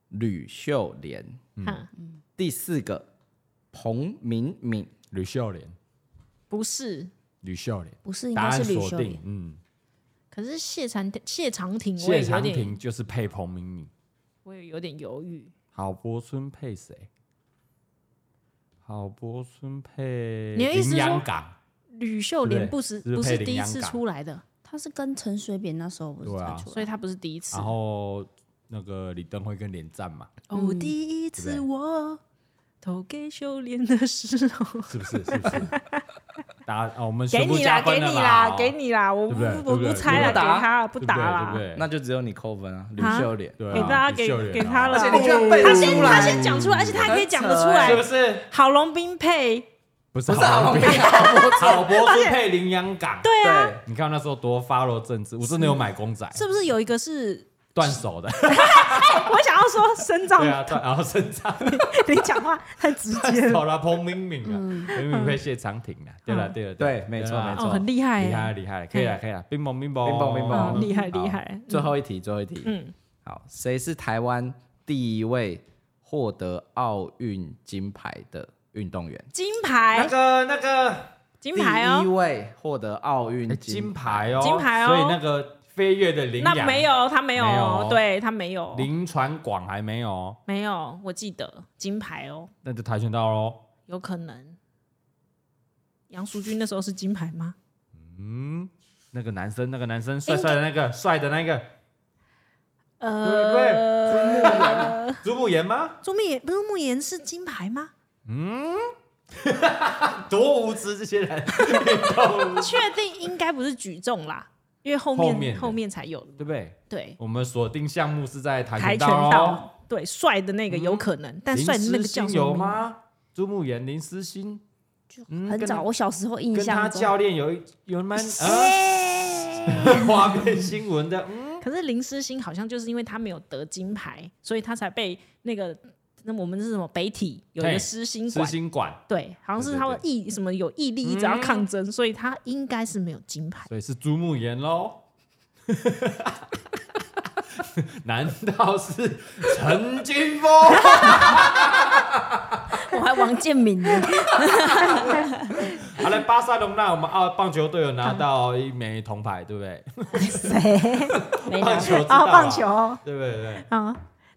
吕秀莲，
嗯
哈
第四个彭敏敏，
吕秀莲，
不是，
吕秀莲，
不是应
答
该
案
是吕
锁
秀
定
莲，，
嗯，
可是谢长谢长廷，我
谢
也有
长
点，
廷就是配彭明敏，
我也有点犹豫。
郝柏村配谁？郝柏村配
你的意
林
思是
洋
说
港，
吕秀
对
莲不是
是不是
不
配
是
林
第一
洋
次
港
出来的，
他是跟陈水扁那时候不是
对
才
啊
出
所
来，
以他不是第一次
然。后那个李登辉跟连战嘛，
哦，第一
对
次我投给秀莲的时候，
是不是？是不是？答啊，我们
*laughs* 给
全部
你
加
啦，
分
给
了
你
啦，
啦，给你啦，我
对
不
不对
我
对不对
不猜了，
不
给
打
他了，不
不
打啦，
对不对？
那就只有你扣分啊，吕
啊
秀莲。
对啊
给大家
李
给
秀莲
给
啊
他了，
而且你居然
哦
背
他
得
先
出
他
来
先讲出来，而且他还可以讲得出
是不
来，
是？
郝龙斌配，
不是
不是啊，
好
我
博
没有
好博是配羚羊港。
对啊，
对，
你看那时候多 follow 政治，我真的有买公仔，
是不是有一个是？
断手的，
我想要说身障
对，啊，断，然后身上
你讲话太直
*laughs* 断
接了，
手啊了，彭明敏啊，明敏配谢长廷啊，对了，对了，
对没错
啦
没
嗯哦，很厉害
厉害
欸，
厉害，可以了可以了，冰雹冰雹
冰雹冰
哦
雹
厉害
好
厉害，
最后一题，最后一题。
嗯，
好，谁是台湾第一位获得奥运金牌的运动员？
金
那
牌
个那个
金牌
第一
哦，
位获得奥
哎
运
金
金
牌
牌，
哦，
金牌哦
所以那个飞跃的羚
那
羊
没，有他没有
没有哦
哦，对他没有
林传广还没有哦，
没有，我记得金牌哦，
那就跆拳道喽。
有可能。杨淑君那时候是金牌吗？
嗯，那个男生，那个男生帅帅的那
哎
个，帅的那个，对不
呃， *laughs*
对？祖母岩吗？
朱木炎不是木炎是金牌吗？
多无知，这些人，
确定应该不是举重啦，因为后
后面的
面后面才有
对不对？
*laughs* 对
我们锁定项目是在跆
跆
拳
拳
道哦。嗯
道，对帅的那个有可能，但帅的那
林
个
思
叫
欣
什
有
么名字？
吗？朱木炎、林思欣，嗯
很早，我小时候印
跟他
象中
教，练有一有蛮啊， *laughs* 花边新闻的，
*laughs*
嗯，
可是林诗欣好像就是因为他没有得金牌，所以他才被那个那我们是什么北体有一
对
个诗心
执
馆，
行馆，
对，好像是他们毅什么有毅力一直
嗯
要抗争，所以他应该是没有金牌。
所以是朱木炎喽。 *laughs* 难道是陈金峰？ *laughs*
我还王建民呢，
*laughs*
好了，巴塞隆纳，我们澳棒球队有拿到一枚铜牌，对不对？
谁？
没
棒
拿哦
球知道
啊，
吧
棒球，啊、
对不对对？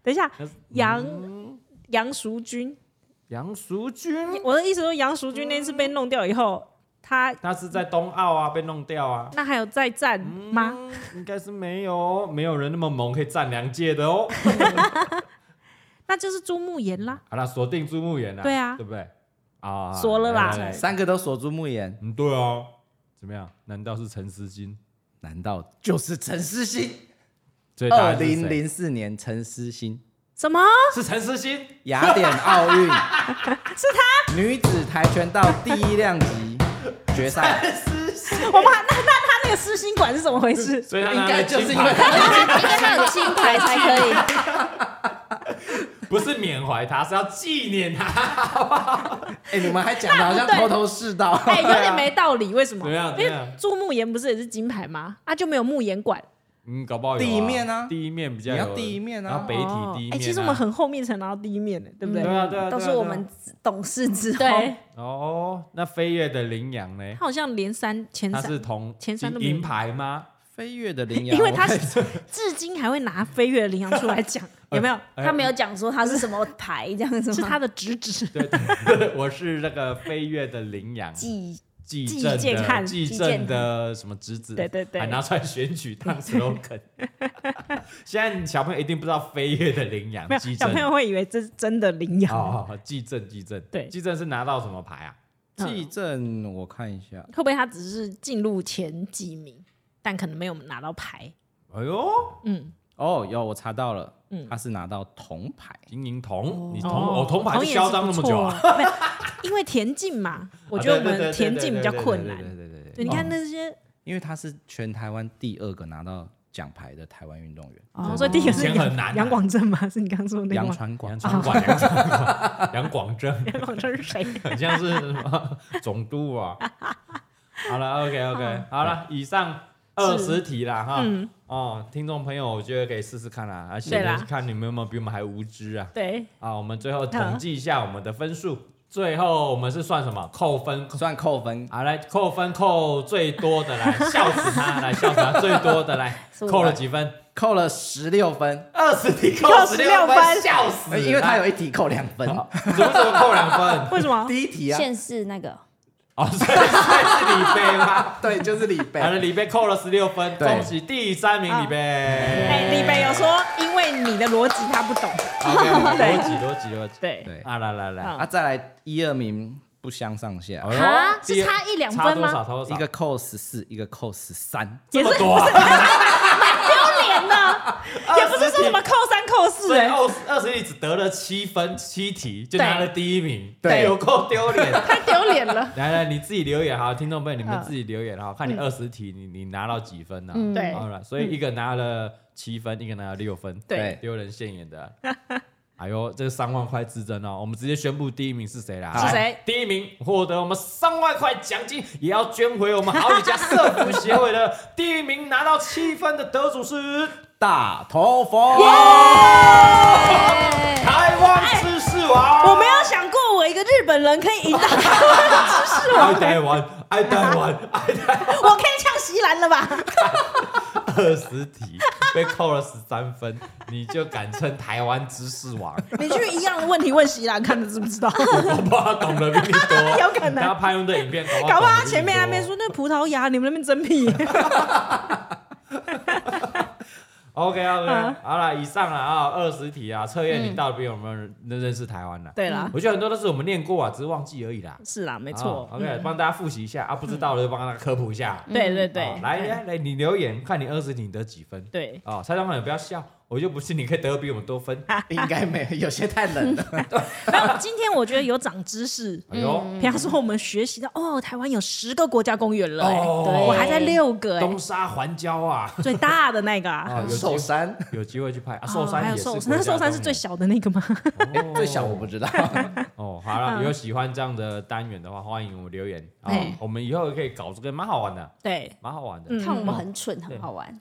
等一下，
那是
杨
嗯
杨淑君，
杨淑
嗯
君，
我的意思说杨淑君那次被弄掉以后，他
他是在冬奥啊被弄掉啊，
那还有再战吗？
嗯应该是没有哦，没有人那么猛可以站两届的哦。
那就是朱慕言啦，
好了，锁定朱木炎了，
对啊
对不对？啊，
锁了啦
来来来
三个都锁住木言，
嗯，对啊，怎么样？难道是陈思金？
难道就是陈思欣？
所以答
二
案是谁
零零四年，陈思欣
什么？
是陈思欣，
雅典奥
*laughs*
运是她女子跆拳道第一量级决赛，
我们还那那他那个私心馆是怎么回
*laughs*
事？
所以他
应
拿
该
了
就是
金
因为
牌，
她
应该他有金牌才可以。
不是缅怀他，是要纪念他。
*laughs* 哎，你们还讲的好像
那不
头
对
头是道。
*laughs*
哎、
啊
有点没道理，为什么？
怎么样
因
怎么
为
样
朱慕言不是也是金牌吗？啊，就没有慕言馆。
嗯，搞不好有
第一面啊
第一面比较
你要
有
第一面啊
然后北
哦
体第一面啊。
哎、其实我们很后面才拿到第一面的，对不对？
对啊对啊，对啊
都是
对啊
我们懂事之后，
啊
对，
哦，那飞跃的羚羊呢
他？好像连三前
它
三，
是同
前三都没有
银牌吗？ *laughs*
飞跃的羚羊，
因为他
我
啊
至今还会拿飞跃的羚羊出
*laughs*
来讲，
哎
有没有？
他没有讲说他是什么牌这样
*laughs*
子
是
吗？
他的
*laughs*
直指，
对，对我是那个飞跃的羚羊，
几
纪
纪
正
健
的
汉
纪
纪
正
健
的什么侄子，
对对对
还拿出来选举当 slogan。现在小朋友一定不知道飞跃的羚羊
没，有
纪
*laughs* 小
正
朋友会以为这是真的羚羊，
哦，哦纪正纪正，
对
纪正是拿到什么牌啊？
嗯
地震，我看一下，
会不会他只是进入前几名，但可能没有拿到牌？
哎呦，
嗯，
哦，有我查到了，
嗯
他是拿到铜牌，
金银铜，你铜哦，
哦
铜牌就
铜也
嚣
是
张那
不
么久啊？
错没有因为田径嘛，我觉得我
啊对对对
们
对
田径比较
对对
困
对哦
难
对。对对对对
对，你看那些
因为他是全台湾第二个拿到奖牌的台湾运动员，
哦，所以第一个是
以前
杨
很难啊
杨广正吗？是你刚说的那个
杨
吗？
传广
杨。
啊
传广、杨传广、杨广正，
*laughs* 杨广正是谁？
很像是什么总督啊。好了，OK OK，好了，以上二十题啦哈。
嗯，
哦，听众朋友，我觉得可以试试看啦，啊而
对
且
啦
看你们有没有比我们还无知啊。
对，
啊，我们最后统计一下我们的分数，最后我们是算什么？扣分。扣
算扣分，
好，来扣分扣最多的来，笑死他，来笑死他最多的来，
是我
扣了几分？
扣了十六分，
二十题扣
扣
16
16
分，
分
笑死！
嗯
因为他有一题扣两分，
好怎么怎么扣两分？
*laughs* 为什么？
第一题啊，
县市嗯那个
哦，所以所以是李贝吗？
对，就是李贝
好，了，李贝扣了十六分，
对
恭喜第三名李
啊
贝。
哎，李北有说，因为你的逻辑他不
*laughs*
懂，
啊
对
逻辑逻辑逻辑。
对，
对
啊，来来来，
好
啊，再来一二名不相上下，
哎呦
啊，
第
是差一两
差
分
多少？差
吗？
多少？
一个扣十四，一个扣十三，
这么多啊，
丢脸
*laughs*
呢，也不是说什么扣三扣四
所以
哎，
二二十题只得了七分七题，就拿了第一名，
对
但有够丢脸。
*laughs* 太丢脸了。
来来，你自己留言哈，听众朋友你们自己留言哈，看你二十题你你拿到几分呢？啊
嗯
对
好了，所以一个拿了七分，一个拿了六分，
对
丢人现眼的。 *laughs* 哎呦，这三万块之争哦，我们直接宣布第一名是谁啦？
是谁
好？第一名获得我们三万块奖金，也要捐回我们好几家社服协会的。第一名拿到七分的得主是
大头佛，
台湾知识王。
哎我没有想过我一个日本人可以赢到，
爱台湾，爱台湾，爱
*laughs* 我可以呛席兰了吧？
二十题被扣了十三分，你就敢称台湾知识王？
*laughs* 你去一样的问题问席兰，看他知不知道？
我怕他懂得比你多，
*laughs* 有可能
他拍用的影片，搞
*laughs* 搞不
不
好
好
他前面还
还
没说那葡萄牙，你们那边
*laughs*
真屁。
OK OK，
嗯
好了，以上了啊，二十题啊，测验你到底有没有认认识台湾了？
对啦，
我觉得很多都是我们念过啊，只是忘记而已啦。
是啦，没
哦
错。嗯
，OK，帮大家复习一下啊，不知道的就帮大家科普一下。
对对对
哦，来来来，你留言看你二十题你得几分？ *laughs*
对，
哦，蔡东汉也不要笑，我就不信你可以得比我们多分。
啊
应该没有，有些太冷
*laughs*
了，
没有今天我觉得有长知识。
哎呦，
比方说，我们学习到哦，台湾有十个国家公园了、哎
哦
对我还在六个哎、
东沙环礁啊， *laughs*
最大的那个啊，
啊，有
寿
机
山，
有机会去拍啊，
哦
寿山
还有
也是
寿
国家公
山，
园，
那寿山是最小的那个吗？
哎，最小我不知道，
*laughs* 哦。好了，
嗯
有喜欢这样的单元的话，欢迎我们留言啊
哎，
我们以后也可以搞这个，蛮好玩的，
*laughs* 对，
蛮好玩的。
嗯
看我们很蠢，很好玩。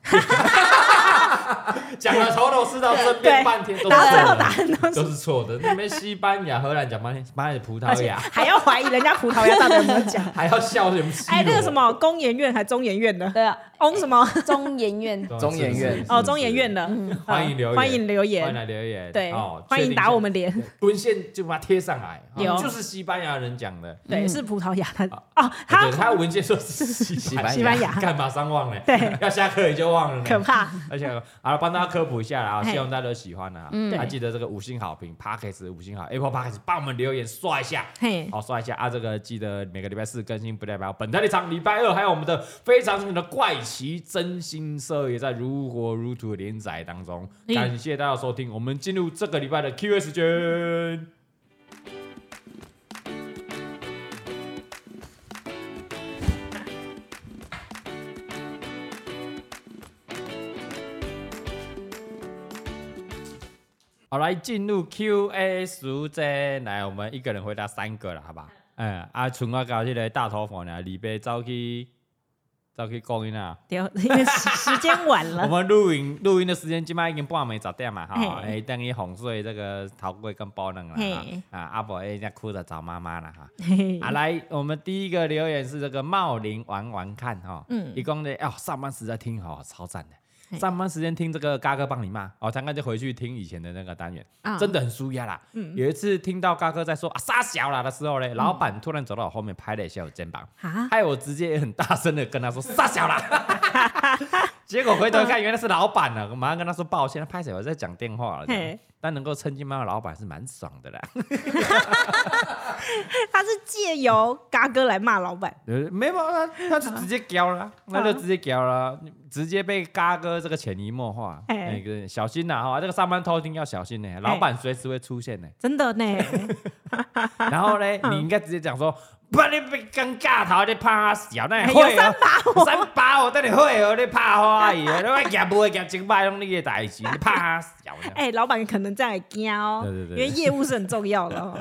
讲了头头是道，争辩半天，都是
然后最
错
后
的
答案都
都
是，
是错的。那边西班牙、荷兰讲
*laughs*
半天，妈的葡
而
萄
且
牙，。
还要怀疑人家葡萄牙到底有没有讲
还要笑什么？
*laughs* 哎，那个什
*laughs*
么工研院还中研院 *laughs* 的，
对啊，
翁什么？
中研院
么
中研院
哦，中研院
的，
的，嗯
欢迎留言
欢迎留
欢迎
言，
来留言，
对
哦，，
欢迎打我们脸。
确定一下，文献就把它贴上来，啊
有
就是西班牙人讲的。
对，是葡萄牙的哦，
对，
他
他文件说是西
班牙
西班牙
干马上忘了，
*laughs* 对，
要下课也就忘了呢，
可怕。
而且好了，帮大家科普一下啦，啊
嘿
希望大家都喜欢啦。
嗯
还记得这个五星好评 p a c k e s 五星好，Apple p a c k e s 帮我们留言刷一下。
嘿，
好，刷一下啊！这个记得每个礼拜四更新，不代表本台立场。礼拜二还有我们的非常知名的怪奇真心社也在如火如荼的连载当中。
嗯
感谢大家的收听，我们进入这个礼拜的 Q&A 时间。好，来进入 Q&A 时间，来，我们一个人回答三个了，好吧？嗯，啊，剩我到这个大头佛呢，礼拜走去走去讲因啊。
对，因为时时间晚
*laughs* 我
了，
们录影录音的时间今麦已经半暝十点嘛，哈，
啊嘿
哎，等于哄睡这个陶贵跟包能了哈
嘿，嗯
啊，阿伯哎，在哭着找妈妈了哈。
嘿嘿
啊，来，我们第一个留言是这个茂林玩玩看哈，嗯
嗯，
一共的哦，上班时在听哦，超赞的。上班时间听这个嘎哥帮你骂哦，刚刚就回去听以前的那个单元，
啊
真的很舒压啦。
嗯
有一次听到嘎哥在说啊杀小啦的时候嘞，老板突然走到我后面拍了一下我肩膀，
*laughs* 啊，
害我直接也很大声的跟他说杀小
*laughs*
啦。结果回头看，原来是老板呢，我马上跟他说抱歉，拍手我在讲电话了这样
嘿。
但能够趁机骂老板是蛮爽的
*laughs*
啦。
他是借由嘎哥来骂老板，
呃，没有啊，他就直接屌
*laughs*
了，那就直接屌了，直接被嘎哥这个潜移默化，
哎
*laughs*
*laughs*
那个小心呐哈，这个上班偷听要小心呢，老板随时会出现呢。
真的呢。
然后呢，
嗯
你应该直接讲说，不然你被尴尬头，你怕他小，那
哎
你会哦啊
有三
*laughs*
把
火，三把火，等你会哦，你怕花伊，你话夹不会夹金摆拢你的代志，你怕他
*laughs*
小。
哎、老板可能在惊哦，
对对对
因为业务是很重要的、哦。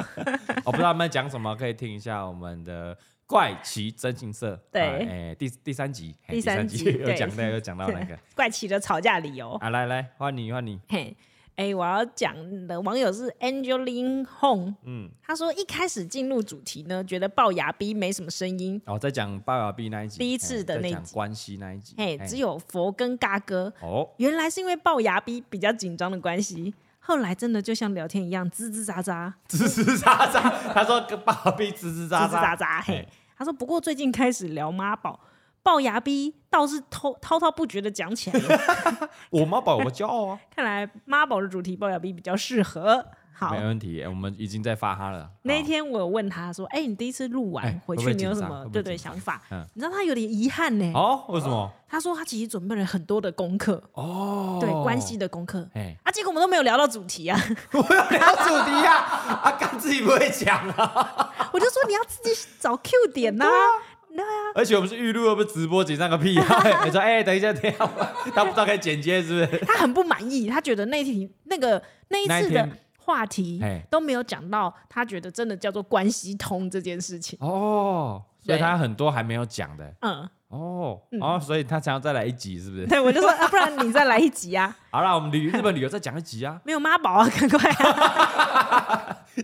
我不知道你们讲什么，可以听一下我们的。怪奇真情社，
对
啊哎，第第三集，哎
第三集
又
对
讲到又讲到那
*laughs*
个，
怪奇的吵架理由，
啊，来来，换你换你，
嘿，哎、我要讲的网友是 Angeline Hong，嗯，他说一开始进入主题呢，觉得龅牙逼没什么声音，
然后再哦讲爸爸 B 那一集，
第一次的
哎
那
再
一
讲
集
关系那一集，
嘿，
哎
只有佛跟嘎哥，
哦，
原来是因为龅牙逼比较紧张的关系，后来真的就像聊天一样吱吱喳喳，
吱吱喳
*laughs*
喳，他说跟爸爸 B 吱吱
吱
喳
吱
喳
喳，喳。嘿
嘿，
他说不过最近开始聊妈宝，龅牙逼倒是滔滔滔不绝的讲起来
*laughs*
了，
我妈宝，我骄傲啊，
看来妈宝的主题龅牙逼比较适合。好
没，问题，我们已经在发哈了。
那一
好
天我有问他说：“哎、你第一次录完、
哎
回
会
去，
不会
你有什
紧张
么
会不会
对对
紧张
想法？”
嗯
你知道他有点遗憾呢、
哦，为什么？
他说他其实准备了很多的功课，
哦，
对关系，的功课
哎，
啊，结果我们都没有聊到主题啊。
我要聊主题啊，啊，刚自己不会讲啊，
我就说你要自己找 Q 点啊呐、
而且我们是预录，又不是直播，紧张个
*laughs*
屁啊！你说，哎，等一下，等一下，他不知道该剪接是不是？
他很不满意，他觉得那一题那个那
啊
一
那一
次
天
的话题
哎
都没有讲到，他觉得真的叫做关系通这件事情。
哦，所以他很多还没有讲的
嗯，
哦，哦，所以他想要再来一集是不是？
对，我就说，啊、不然你再来一集
*laughs*
啊，
好啦，我们旅日本旅游再讲一集
*laughs*
啊，
没有妈宝啊，赶快、啊！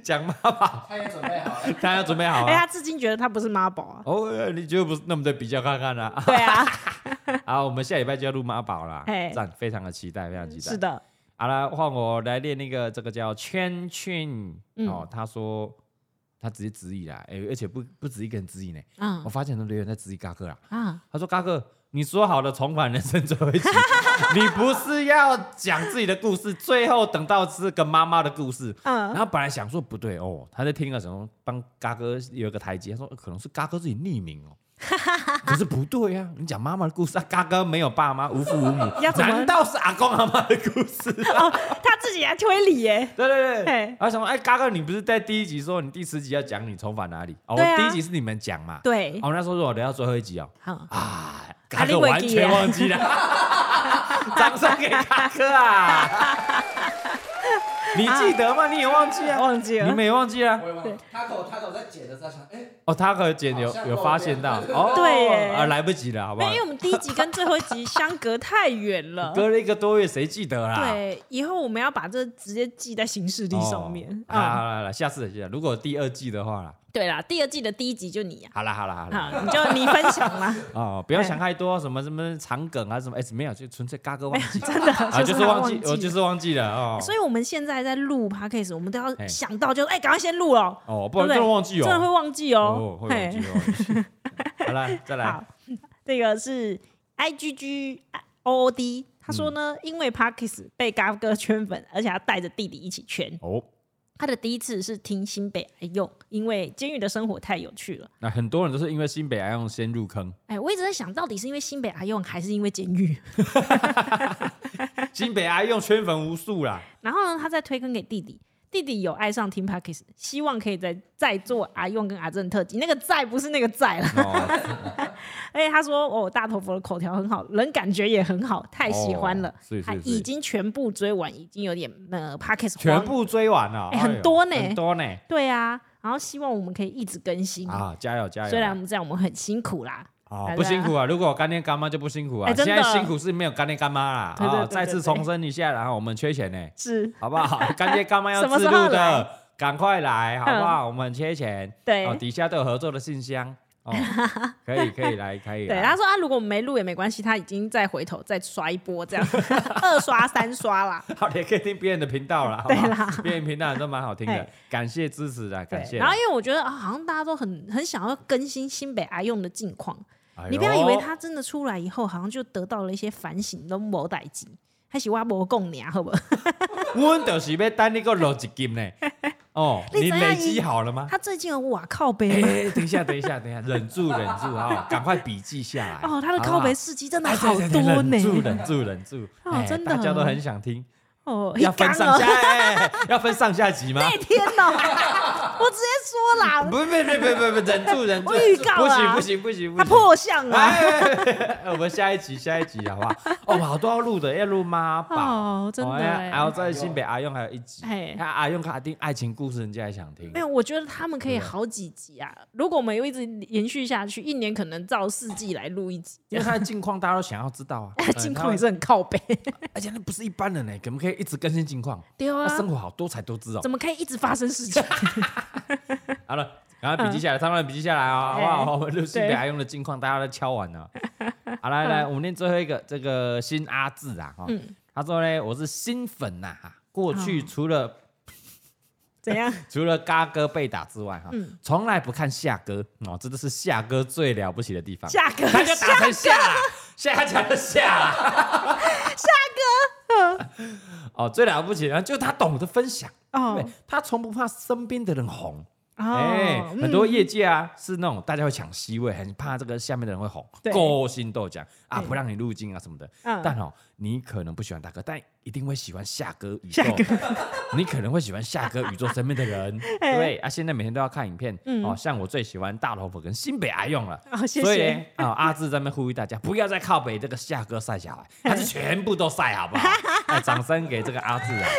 讲妈宝，
他也准备好了，
大家准备好啊
哎、
了。
他至今觉得他不是妈宝啊。
哦，哎你就不是那么的比较看看啦、啊。
对啊，
好，我们下礼拜就要录妈宝啦
哎，
赞，非常的期待，非常期待。
是的，
好了，换我来练那个这个叫圈圈、
嗯
哦，他说他直接质疑啦，哎、而且不不止一个人质疑呢，
嗯
我发现很多留言在质疑嘎哥啦。
啊，
他说嘎哥，你说好的重返人生最后
*laughs*
一集，你不是要讲自己的故事，最后等到是个妈妈的故事。然
嗯，
后本来想说不对哦，他在听个什么帮嘎哥有一个台阶，他说、呃可能是嘎哥自己匿名
*laughs*
哦，可是不对啊，你讲妈妈的故事，啊、嘎哥没有爸妈，无父无母，
要怎么
难道是阿公阿妈的故事？
哦他自己还推理耶、
对对对
嘿，
然后想说，哎，嘎哥，你不是在第一集说你第十集要讲你重返哪里？哦，
对啊
第一集是你们讲嘛？
对，
哦，那时候我聊到最后一集哦，
好，
啊，嘎
你
哥
忘记
完全忘记了，
*laughs*
掌声给嘎哥啊！你记得吗？你也忘记啊？
忘记
你
了。
们也忘记啊？
我也忘了，他口他口在剪的时候想，哎，
哦，他和姐有
好像
有
漏
发
掉
现到，
对
哦，
对耶
啊，来不及了，好不
没有，
好
因？为我们第一集跟最后一集相隔太远了。
隔了啊一个多月，谁记得啦？哦
对，以后我们要把这直接记在行事历上面
哦好啦
啊。
好啦好啦，下次下次，如果第二季的话啦，
对啦，第二季的第一集就你呀，
好啦好啦好啦。
啊，你就你分享
*laughs*
啦。
哦，不要想太多，什么什么长梗啊，什么哎、没有，就纯粹嘎哥忘
*laughs*
记，真
的
啊，
就是
是
他
忘记
忘，记
我就是忘记了哦，
所以我们现在在录 podcast，我们都要
嘿
想到就哎，赶快先录哦，
哦，不然
对不对
真的忘记哦，
真的会忘记
哦，
哦
会。忘
嘿
记，会忘记。 *laughs* 好了，再来
好，这个是 i g g o o d，他说
嗯
呢，因为 podcast 被嘎哥圈粉，而且他带着弟弟一起圈。
哦，
他的第一次是听新北爱用，因为监狱的生活太有趣了。
那很多人都是因为新北爱用先入坑，
哎，我一直在想到底是因为新北爱用还是因为监狱。
新北爱用圈粉无数啦，
然后呢，他再推坑给弟弟，弟弟有爱上听 Parkes，希望可以再再做阿用跟阿正特辑。那个在不是那个在了， *laughs*
哦，
而且他说哦，大头佛的口条很好，人感觉也很好，太喜欢了。
哦是是
他
是
已经全部追完，已经有点呃 Parkes
全部追完了，
哎
哎呦
很多呢
很多呢，
对啊，然后希望我们可以一直更新。
啊，加油加油！
虽然我们这样，我们很辛苦啦。
哦
来，
不辛苦啊！如果有干爹干妈就不辛苦啊！
哎
现
真的
在辛苦是没有干爹干妈啦。
对对
啊，
对对
再次重申一下啦，然后我们缺钱呢。
是
好不好？
*laughs*
干爹干妈要
什么
自
时候
录
来嗯哎
的，赶快来，好不好？我们很缺钱，
对、
哦，底下都有合作的信箱
*laughs*
哦，可以可以来，可以
对，
来。
他说啊，如果我们没录也没关系，他已经再回头再刷一波，这样 *laughs* 二刷三刷啦。
好，也可以听别人的频道啦，好不
对
好？
啦
别人频道都蛮好听的
嘿，
感谢支持的，
对
感，谢啦。
然后因为我觉得啊，好像大家都很很想要更新新北阿用的近况，
哎呦
你不要以为他真的出来以后，好像就得到了一些反省，都某代机，还是挖博共你啊，好不好？
我们就是要等你个录一集
*laughs*
呢。哦，
你
你
怎样
累积好了吗？
他最近有瓦靠背吗
哎，等一下，等一下，等一下，忍
*laughs*
住，忍住啊！赶快笔记下来。
哦，他
好
的
不好
靠背事迹真的
哎
好
对对
多
对忍住，
呢，
忍住，忍住。
哦
哎
真的
大家都很想听。
哦，
要分
一缸
上
哦
下，哎哎哎要分上下集吗？
那天哦，我直接说啦，
不不不不不不，忍住忍住，
我预告
不行
啦
不行不行不
他
行。
破相啊！
哎，我们下一集下一集好不好？哦，好多要录的，要录妈宝，
哦，真的
哦
哎
欸，
还有在新北阿用还有一集
哎，
那阿用卡丁爱情故事，人家也想听
没。有，我觉得他们可以好几集啊。如果我们又一直延续下去，一年可能照四季来录一集，
因为他的近况大家都想要知道啊，
那近况也是很靠背。
而且那不是一般人呢，可不可以一直更新近况？
对啊 *laughs*
他，生活好多才多姿哦。
怎么可以一直发生事情？
好了，然后笔记下来，他们笔记下来啊，好不好？
哎
我们录新北还用的近况，大家都敲完 *laughs* 了。好，来来，我们念最后一个，这个新阿志啊，哈，他说呢，我是新粉呐，哈过去除了
*laughs* 怎样？
除了嘎哥被打之外，哈，从来不看夏哥哦，这就是夏哥最了不起的地方。
下个
他就打成夏啦，夏讲的夏啦，夏哥。 *laughs* 哦，最了不起的就他懂得分享，对
哦
他从不怕身边的人红。哎、
哦，
很多业界啊、是那种大家会抢 C 位，很怕这个下面的人会红，
对
勾心斗角啊，
对
不让你入境啊什么的。
嗯
但哦，你可能不喜欢大哥，但一定会喜欢夏哥宇宙。 *laughs* 你可能会喜欢夏哥宇宙身边的
*laughs*
人，对不对啊，现在每天都要看影片、哦，像我最喜欢大头佛跟新北阿用了。
嗯哦，谢
所以呢
谢。
啊、阿志在那边呼吁大家不要再靠北这个夏哥晒小孩，他是全部都晒，好不
*laughs*
好？哎，掌声给这个阿志啊！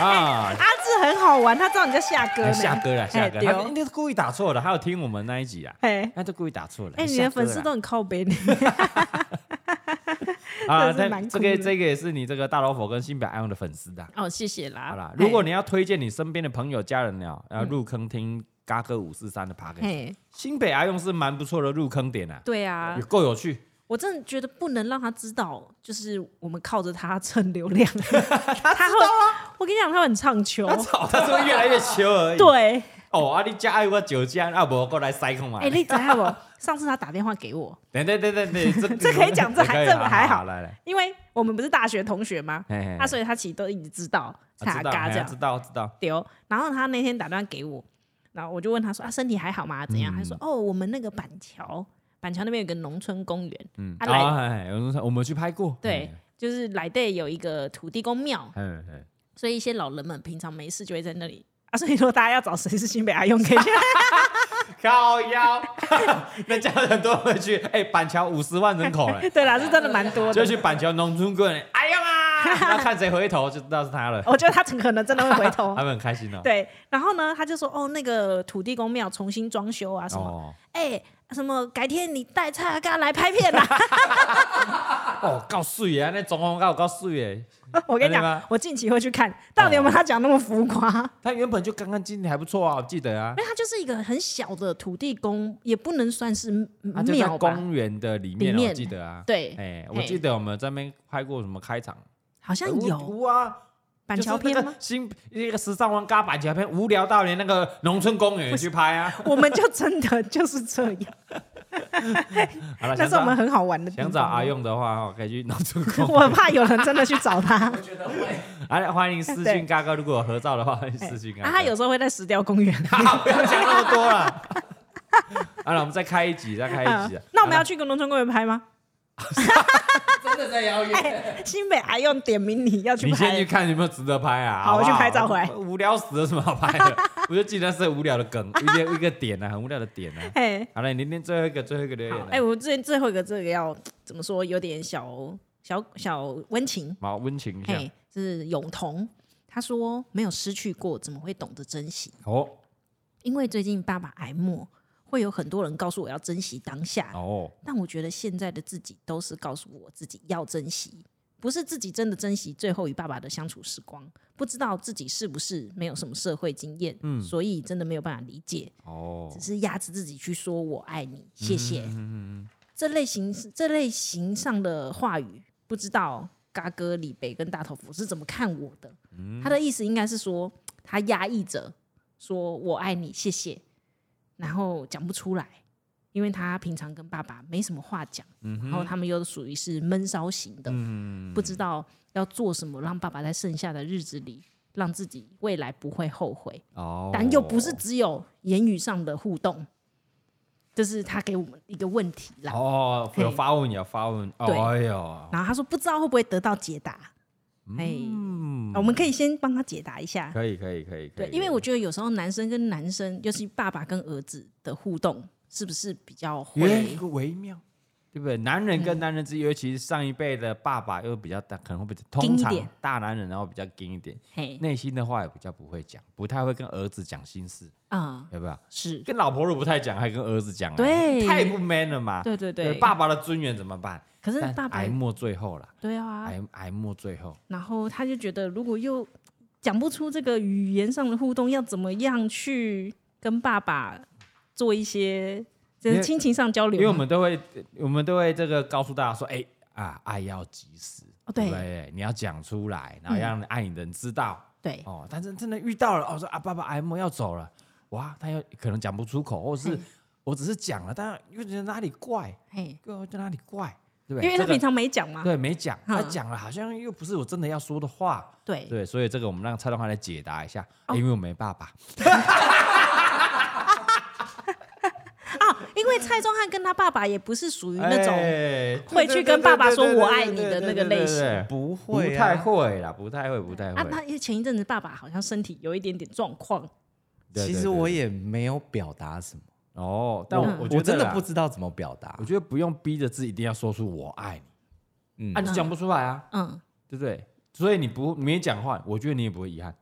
啊，
阿志很好玩，他知道你叫夏哥呢。
夏哥啦，夏哥，
哎对
他
哦
应该是故意打错的，还有听我们那一集啊，
哎
他就故意打错了。
哎，你
夏
的
哥
粉丝
啦
都很靠背呢。
啊，
真的是蛮
但这
酷
个
的
这个也是你这个大老虎跟新北爱用的粉丝的啊。
哦，谢谢啦。
好啦，
哎嗯
如果你要推荐你身边的朋友、家人了，要入坑听嘎哥五四三的 p a r k
嘿，
新北爱用是蛮不错的入坑点啊，
对啊
也，够有趣。
我真的觉得不能让他知道，就是我们靠着他 *laughs* 蹭流量。他会，我跟你讲，他很唱秋。
操，他是不是越来越秋而已。
对，
哦，啊，你加爱我酒家，啊，无过来塞空嘛
哎，。你知道不？上次他打电话给我，
等等等
*laughs*
等等，这啊
这可以讲这还这还好
来来，
因为我们不是大学同学吗？
嘿嘿
他所以他其实都一直知道
啊
他
哎知道
嘎这
哎
样
知道知道，
丢。然后他那天打电话给我，然后我就问他说：“啊，身体还好吗？怎
嗯
样？”他说：“哦，我们那个板桥，板桥那边有个农村公园，
嗯，
啊来
啊，嗯哎哎我们我们去拍过，
对，就是来对有一个土地公庙，
嗯，嗯
所以一些老人们平常没事就会在那里。”啊，所以说大家要找谁是新北阿用可以去
嗯靠腰， *laughs* 那家很多人去，哎，板桥五十万人口
*laughs*
了，
*laughs* 对啦，是真的蛮多
就
的。
去板桥农村
*laughs*
棍，哎呀
啊
妈，那看谁回头就知道是他了，
我觉得他可能真的会回
*laughs*
头
他。们很开心哦。
哦对，然后呢，他就说：“哦，那个土地公庙重新装修啊，什么，
哦
哎、什么，改天你带蔡阿嘎来拍片啊啦。”
哦，够水啊！那中红够够水诶，
*laughs* 我跟
真
你
的
讲
吗，哦
我近期会去看，到底有没有他讲那么浮 *laughs* 夸？
他原本就干干净净，还不错啊，我记得啊。
因为它就是一个很小的土地公，也不能算是
他啊就在
庙吧，
公园的里面啊，
里面
我记得啊。
对
哎，
嘿
我记得我们在那边拍过什么开场，
好像有
无啊，
板桥
就是
片
那
吗 *laughs*
个？新一个时尚玩嘎板桥片，无聊到连那个农村公园也去拍啊。
我们就真的就是这样，
好了，
*laughs* 那
啊想
是我们
找
很好玩的地
想
方。
找阿，用的话哦，可以去农村公
*laughs* 我
园。
怕有人真的去找他。
*laughs* 好了，哎欢迎私
对
讯嘎哥，如果有合照的话，私讯嘎
啊，
哥。
他有时候会在石雕公园。
不要讲那么多了。好了，我们再开一集，再开一集啊。
*laughs* 那我们要去跟农村公园拍吗？
真的在邀约，
新北阿用点名你要去
你先
拍
去，看有没有值得拍啊！
好
不
我去拍照回来
无聊死了，什么好拍的？ *laughs* 我就记得是无聊的梗，一个一个点啊，很无聊的点啊。
哎，
好了，你念最后一个，最后一个留言
好
啊。，
哎，我最最后一个这个要怎么说？有点小小小温情。
好温情一下
嘿，是永彤，他说没有失去过，怎么会懂得珍惜？
哦
因为最近爸爸癌末，会有很多人告诉我要珍惜当下，
哦，
但我觉得现在的自己都是告诉我自己要珍惜，不是自己真的珍惜最后与爸爸的相处时光。不知道自己是不是没有什么社会经验，
嗯
所以真的没有办法理解，
哦
只，是压制自己去说我爱你，谢谢。
嗯
这类型这类型上的话语，不知道嘎哥、李北跟大头佛是怎么看我的。他的意思应该是说，他压抑着说我爱你，谢谢，然后讲不出来，因为他平常跟爸爸没什么话讲，然后他们又属于是闷骚型
嗯
的，不知道要做什么，让爸爸在剩下的日子里。让自己未来不会后悔，
哦，
但又不是只有言语上的互动，这是他给我们一个问题啦。
哦，有发问有发问，哦
啊对
哎呦，
然后他说不知道会不会得到解答，哎、
嗯
我们可以先帮他解答一下。
可以可以可以可
对，
以，
因为我觉得有时候男生跟男生，尤其爸爸跟儿子的互动，是不是比较
一
会？
个微妙，对不对？男人跟男人之间，尤其是上一辈的爸爸又比较大，可能会比较
硬
通
一
常
点
大男人，然后比较硬一点，
嘿，
内心的话也比较不会讲，不太会跟儿子讲心事，
啊，
有没有？
是，
跟老婆如果不太讲，还跟儿子讲啊，
对
太不 man 了嘛。
对对对
爸爸的尊严怎么办？
可是
但
爸爸
癌末最后啦，
对啊，
癌癌末最后，
然后他就觉得如果又讲不出这个语言上的互动，要怎么样去跟爸爸做一些就
因
是
为
亲情上交流？
因为我们都会，我们都会这个告诉大家说，哎啊，爱要及时，
哦
对
对
不对？你要讲出来，然后让爱你的人知道。
对
哦，但是真的遇到了，哦，说啊，爸爸癌末要走了，哇，他又可能讲不出口，或者是
嘿
我只是讲了，但又觉得哪里怪，
嘿，
又觉得哪里怪，对不对？
因为他
这个
平常没讲嘛，
对没讲，他
嗯
讲了好像又不是我真的要说的话，
对，
对，所以这个我们让蔡东汉来解答一下，哎因为我没爸爸，
啊，因为蔡宗翰跟他爸爸也不是属于那种
哎
会去跟爸爸说我爱你的那个类，
对对对对对对对对对对对对
型
不
哎不
会
太
啊，
会啦，不太会，不太
啊，
会。
他因为前一阵子爸爸好像身体有一点点状况，
对
其
对
实
对
我也没有表达什么，
哦，但我我觉得
我真的
啦
不，知道怎么表达
我。觉得不用逼着自己一定要说出我爱你，
嗯
啊，你讲不出来啊，
嗯，
对不对？所以你不没讲话，我觉得你也不会遗憾。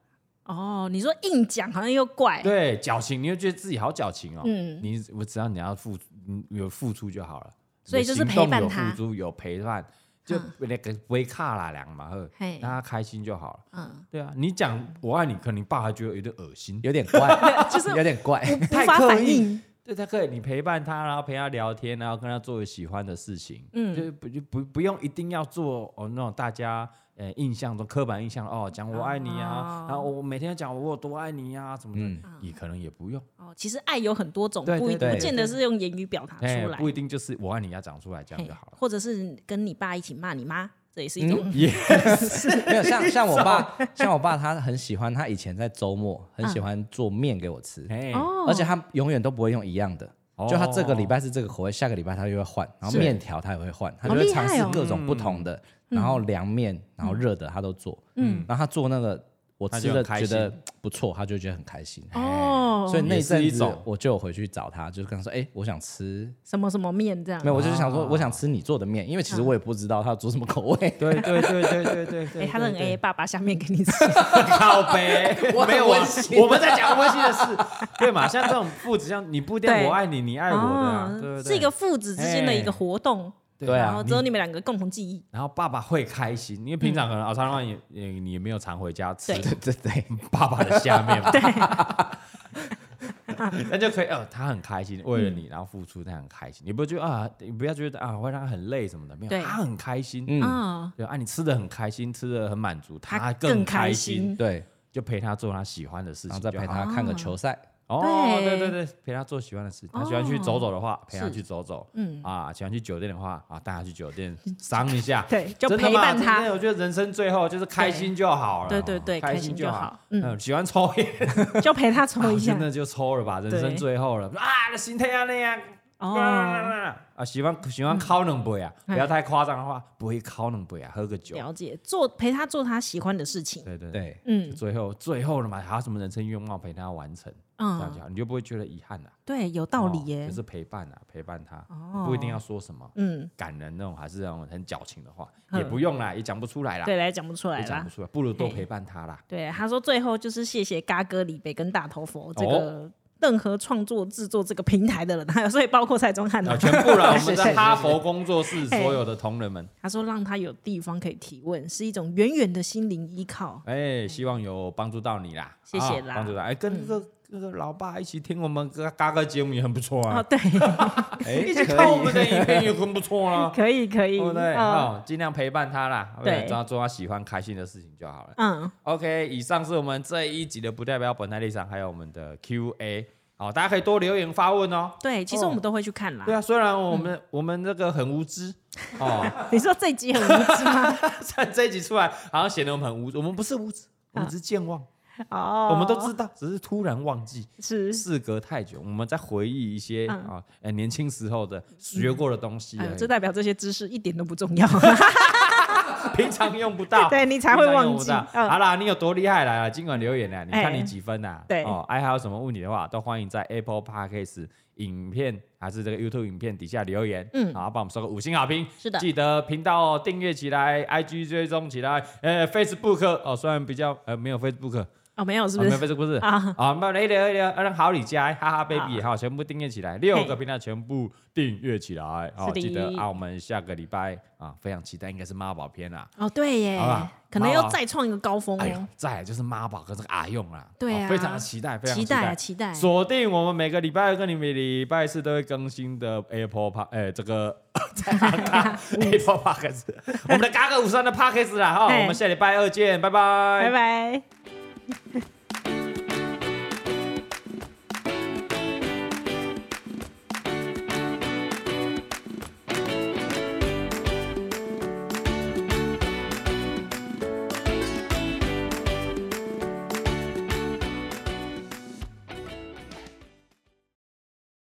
哦，你说硬讲好像又怪，
对，矫情，你会觉得自己好矫情哦。
哎嗯
你我只要你要付，你有付出就好了。
所以
你的
就是
行动
陪伴
有
他嗯
付出有陪伴，就那个不会卡啦凉嘛，呵
嘿
让他开心就好了。
嗯，
对啊，你讲我爱你，可能你爸还觉得有点恶心。
有点
*laughs*
怪，
就是
有点怪，
无
太
法
刻
反
意。
应，
对他可以，你陪伴他，然后陪他聊天，然后跟他做喜欢的事情，嗯，就不就不不用一定要做哦那种大家呃印象中刻板印象哦，讲我爱你啊，
哦
然后我每天讲我有多爱你啊什么的，
嗯
你可能也不用。
哦，其实爱有很多种，
对
不一
对
对
不见得是用言语表达
哎
出，来
不，一定就是我爱你要讲出来，这样
嘿
就好了。嗯
或者是跟你爸一起骂你妈，这也是一种。
嗯 *laughs* 没有
*laughs*
像像我爸，像我爸他很喜欢，他以前在周末很喜欢做面给我吃，
哎，
嗯哦
而且他永远都不会用一样的。
哦
就他这个礼拜是这个口味，下个礼拜他就会换，然后
是
面条他也会换，他
好
就会
厉
尝
害
试
哦嗯
各种不同的，然后凉面，然后热的他都做，嗯，然后他做那个我
他
吃
就很
的
开
觉得
心
不错，他就觉得很开心，
哎
哦，
所以那
也是
阵
一
子
种
我就有回去找他，就是跟他说，哎，我想吃，
什么什么面这样
没，有，我就是想说我
啊
想吃你做的面，因为其实
嗯
我也不知道他要做什么口味， *laughs*
对对对对对对
哎，
对，
他很 A 爸爸下面给
*laughs*
你吃，
靠背，
*laughs*
我
没有
很温
啊
馨
我们在讲温馨的事，对嘛？像这种父子，像你不一定
对
我爱你，你爱我的啊，对不对？
哦
哎
是一个父子之间的一个活动，
对啊
然后只有你们两个共同记忆，
然后爸爸会开心，因为平常可能啊，常常也也你也没有常回家吃
对
对对对，
爸爸的下面嘛，那就可以哦，他很开心，为了你然后付出，他很开心，你不会觉得啊，你不要觉得啊会让他很累什么的，没
对
有，他很开心，
嗯
啊，
对啊，你吃的很开心，吃的很满足，
他
更
开
心，，
对，
就陪他做他喜欢的事情，
然后再陪。他看个球赛，
哦，
对哦
对对对，陪他做喜欢的事，他喜欢去走走的话，陪他去走走，嗯啊，喜欢去酒店的话啊，带他去酒
*laughs*
店赏一下，
对就
真的嘛
陪伴他
真的我觉得人生最后就是开心就好了，
对对对
开
开心就
好
好。
嗯，喜欢抽烟，
就陪他 *laughs* 抽一下
啊真，的就抽了吧，人生
对
最后了啊，心态啊那样。
哦，嗯
啊，喜欢喜欢烤冷杯啊，不要太夸张的话，不会烤冷杯啊，喝个酒，
了解，做陪他做他喜欢的事情，
对对，
对，
就
嗯
最后最后了嘛，还有什么人生愿望陪他完成，这样就
嗯，
好，你就不会觉得遗憾了。
对，有道理
哦
耶
就，是陪伴啊，陪伴他，
哦
不一定要说什么
嗯，
感人那种，还是那种很矫情的话，
嗯
也不用啦，也讲不出来啦，
对，来讲不出来
也讲
啦
不。出嗯来，不如多
嘿
陪伴他啦。
对，他说最后就是谢谢嘎哥、李北跟大头佛
哦
这个任何创作制作这个平台的人，还有所以包括蔡宗翰
啊，
啊，
全部
*laughs*
啦，我
谢
们
谢
在哈佛工作室所有的同仁们，
他说让他有地方可以提问，是一种远远的心灵依靠。
哎，希望有帮助到你啦，
谢谢
啊
啦嗯
帮助到，哎，跟那个那个老爸一起听我们嘎嘎哥节目也很不错
哦，
啊， *laughs*
对，。
一起看我们的影片也很不错啊
可以可
*laughs*
以，
对不对？
嗯
哦，尽量陪伴他啦，
对
只要做他喜欢、开心的事情就好了。
嗯，
OK，以上是我们这一集的不代表本台立场，还有我们的 Q&A。好，大家可以多留言发问哦。
对，其实我们都会去看啦
对。啊，虽然我们、我们这个很无知哦， *laughs*
你说这集很无知吗？ *laughs*
但这一集出来好像显得我们很无知，我们不是无知，我们只是健忘，*laughs*
哦，
我们都知道，只是突然忘记。
是
事隔太久，我们在回忆一些
嗯
啊、呃年嗯轻时候的学过的东西
哎
而
呦，
*laughs*
已。 *laughs*
这代表这些知识一点都不重要。
平常用不到，
对你才会忘
用不
记。
到好
嗯，
啦，你有多厉害来啊？尽管留言啊，你看
哎
你几分呐？
对
哦，哎，还有什么问题的话，都欢迎在 Apple Podcast 影片还是这个 YouTube 影片底下留言，
嗯
好，帮我们收个五星好评。
是的
记得频道订阅起来，IG 追踪起来，呃，Facebook 哦，虽然比较呃没有 Facebook，
哦，没有，是不
哦没
是
有？Facebook 不是
啊
啊，那一聊一聊，让好李家哈哈 baby 好，全部订阅起来，六个频道全部订阅起来，哦，
是的
记得啊，我们下个礼拜啊，非常期待，应该是妈宝篇啦。
哦，对耶
好啦，
可能
妈
要
妈
再创一个高峰
哎呦
哦，，
再来就是妈宝跟这个阿用啦，
对
哦
啊
非常的期待，非常
期
地
待啊，
待。
期待。
锁定我们每个礼拜二跟你们礼拜四都会更新
*laughs*
的 Apple Park，哎、这个在哪看 Apple Park，我们的嘎嘎五三的 Park 啦哈，
嘿
我们下礼拜二见，拜拜，
拜拜。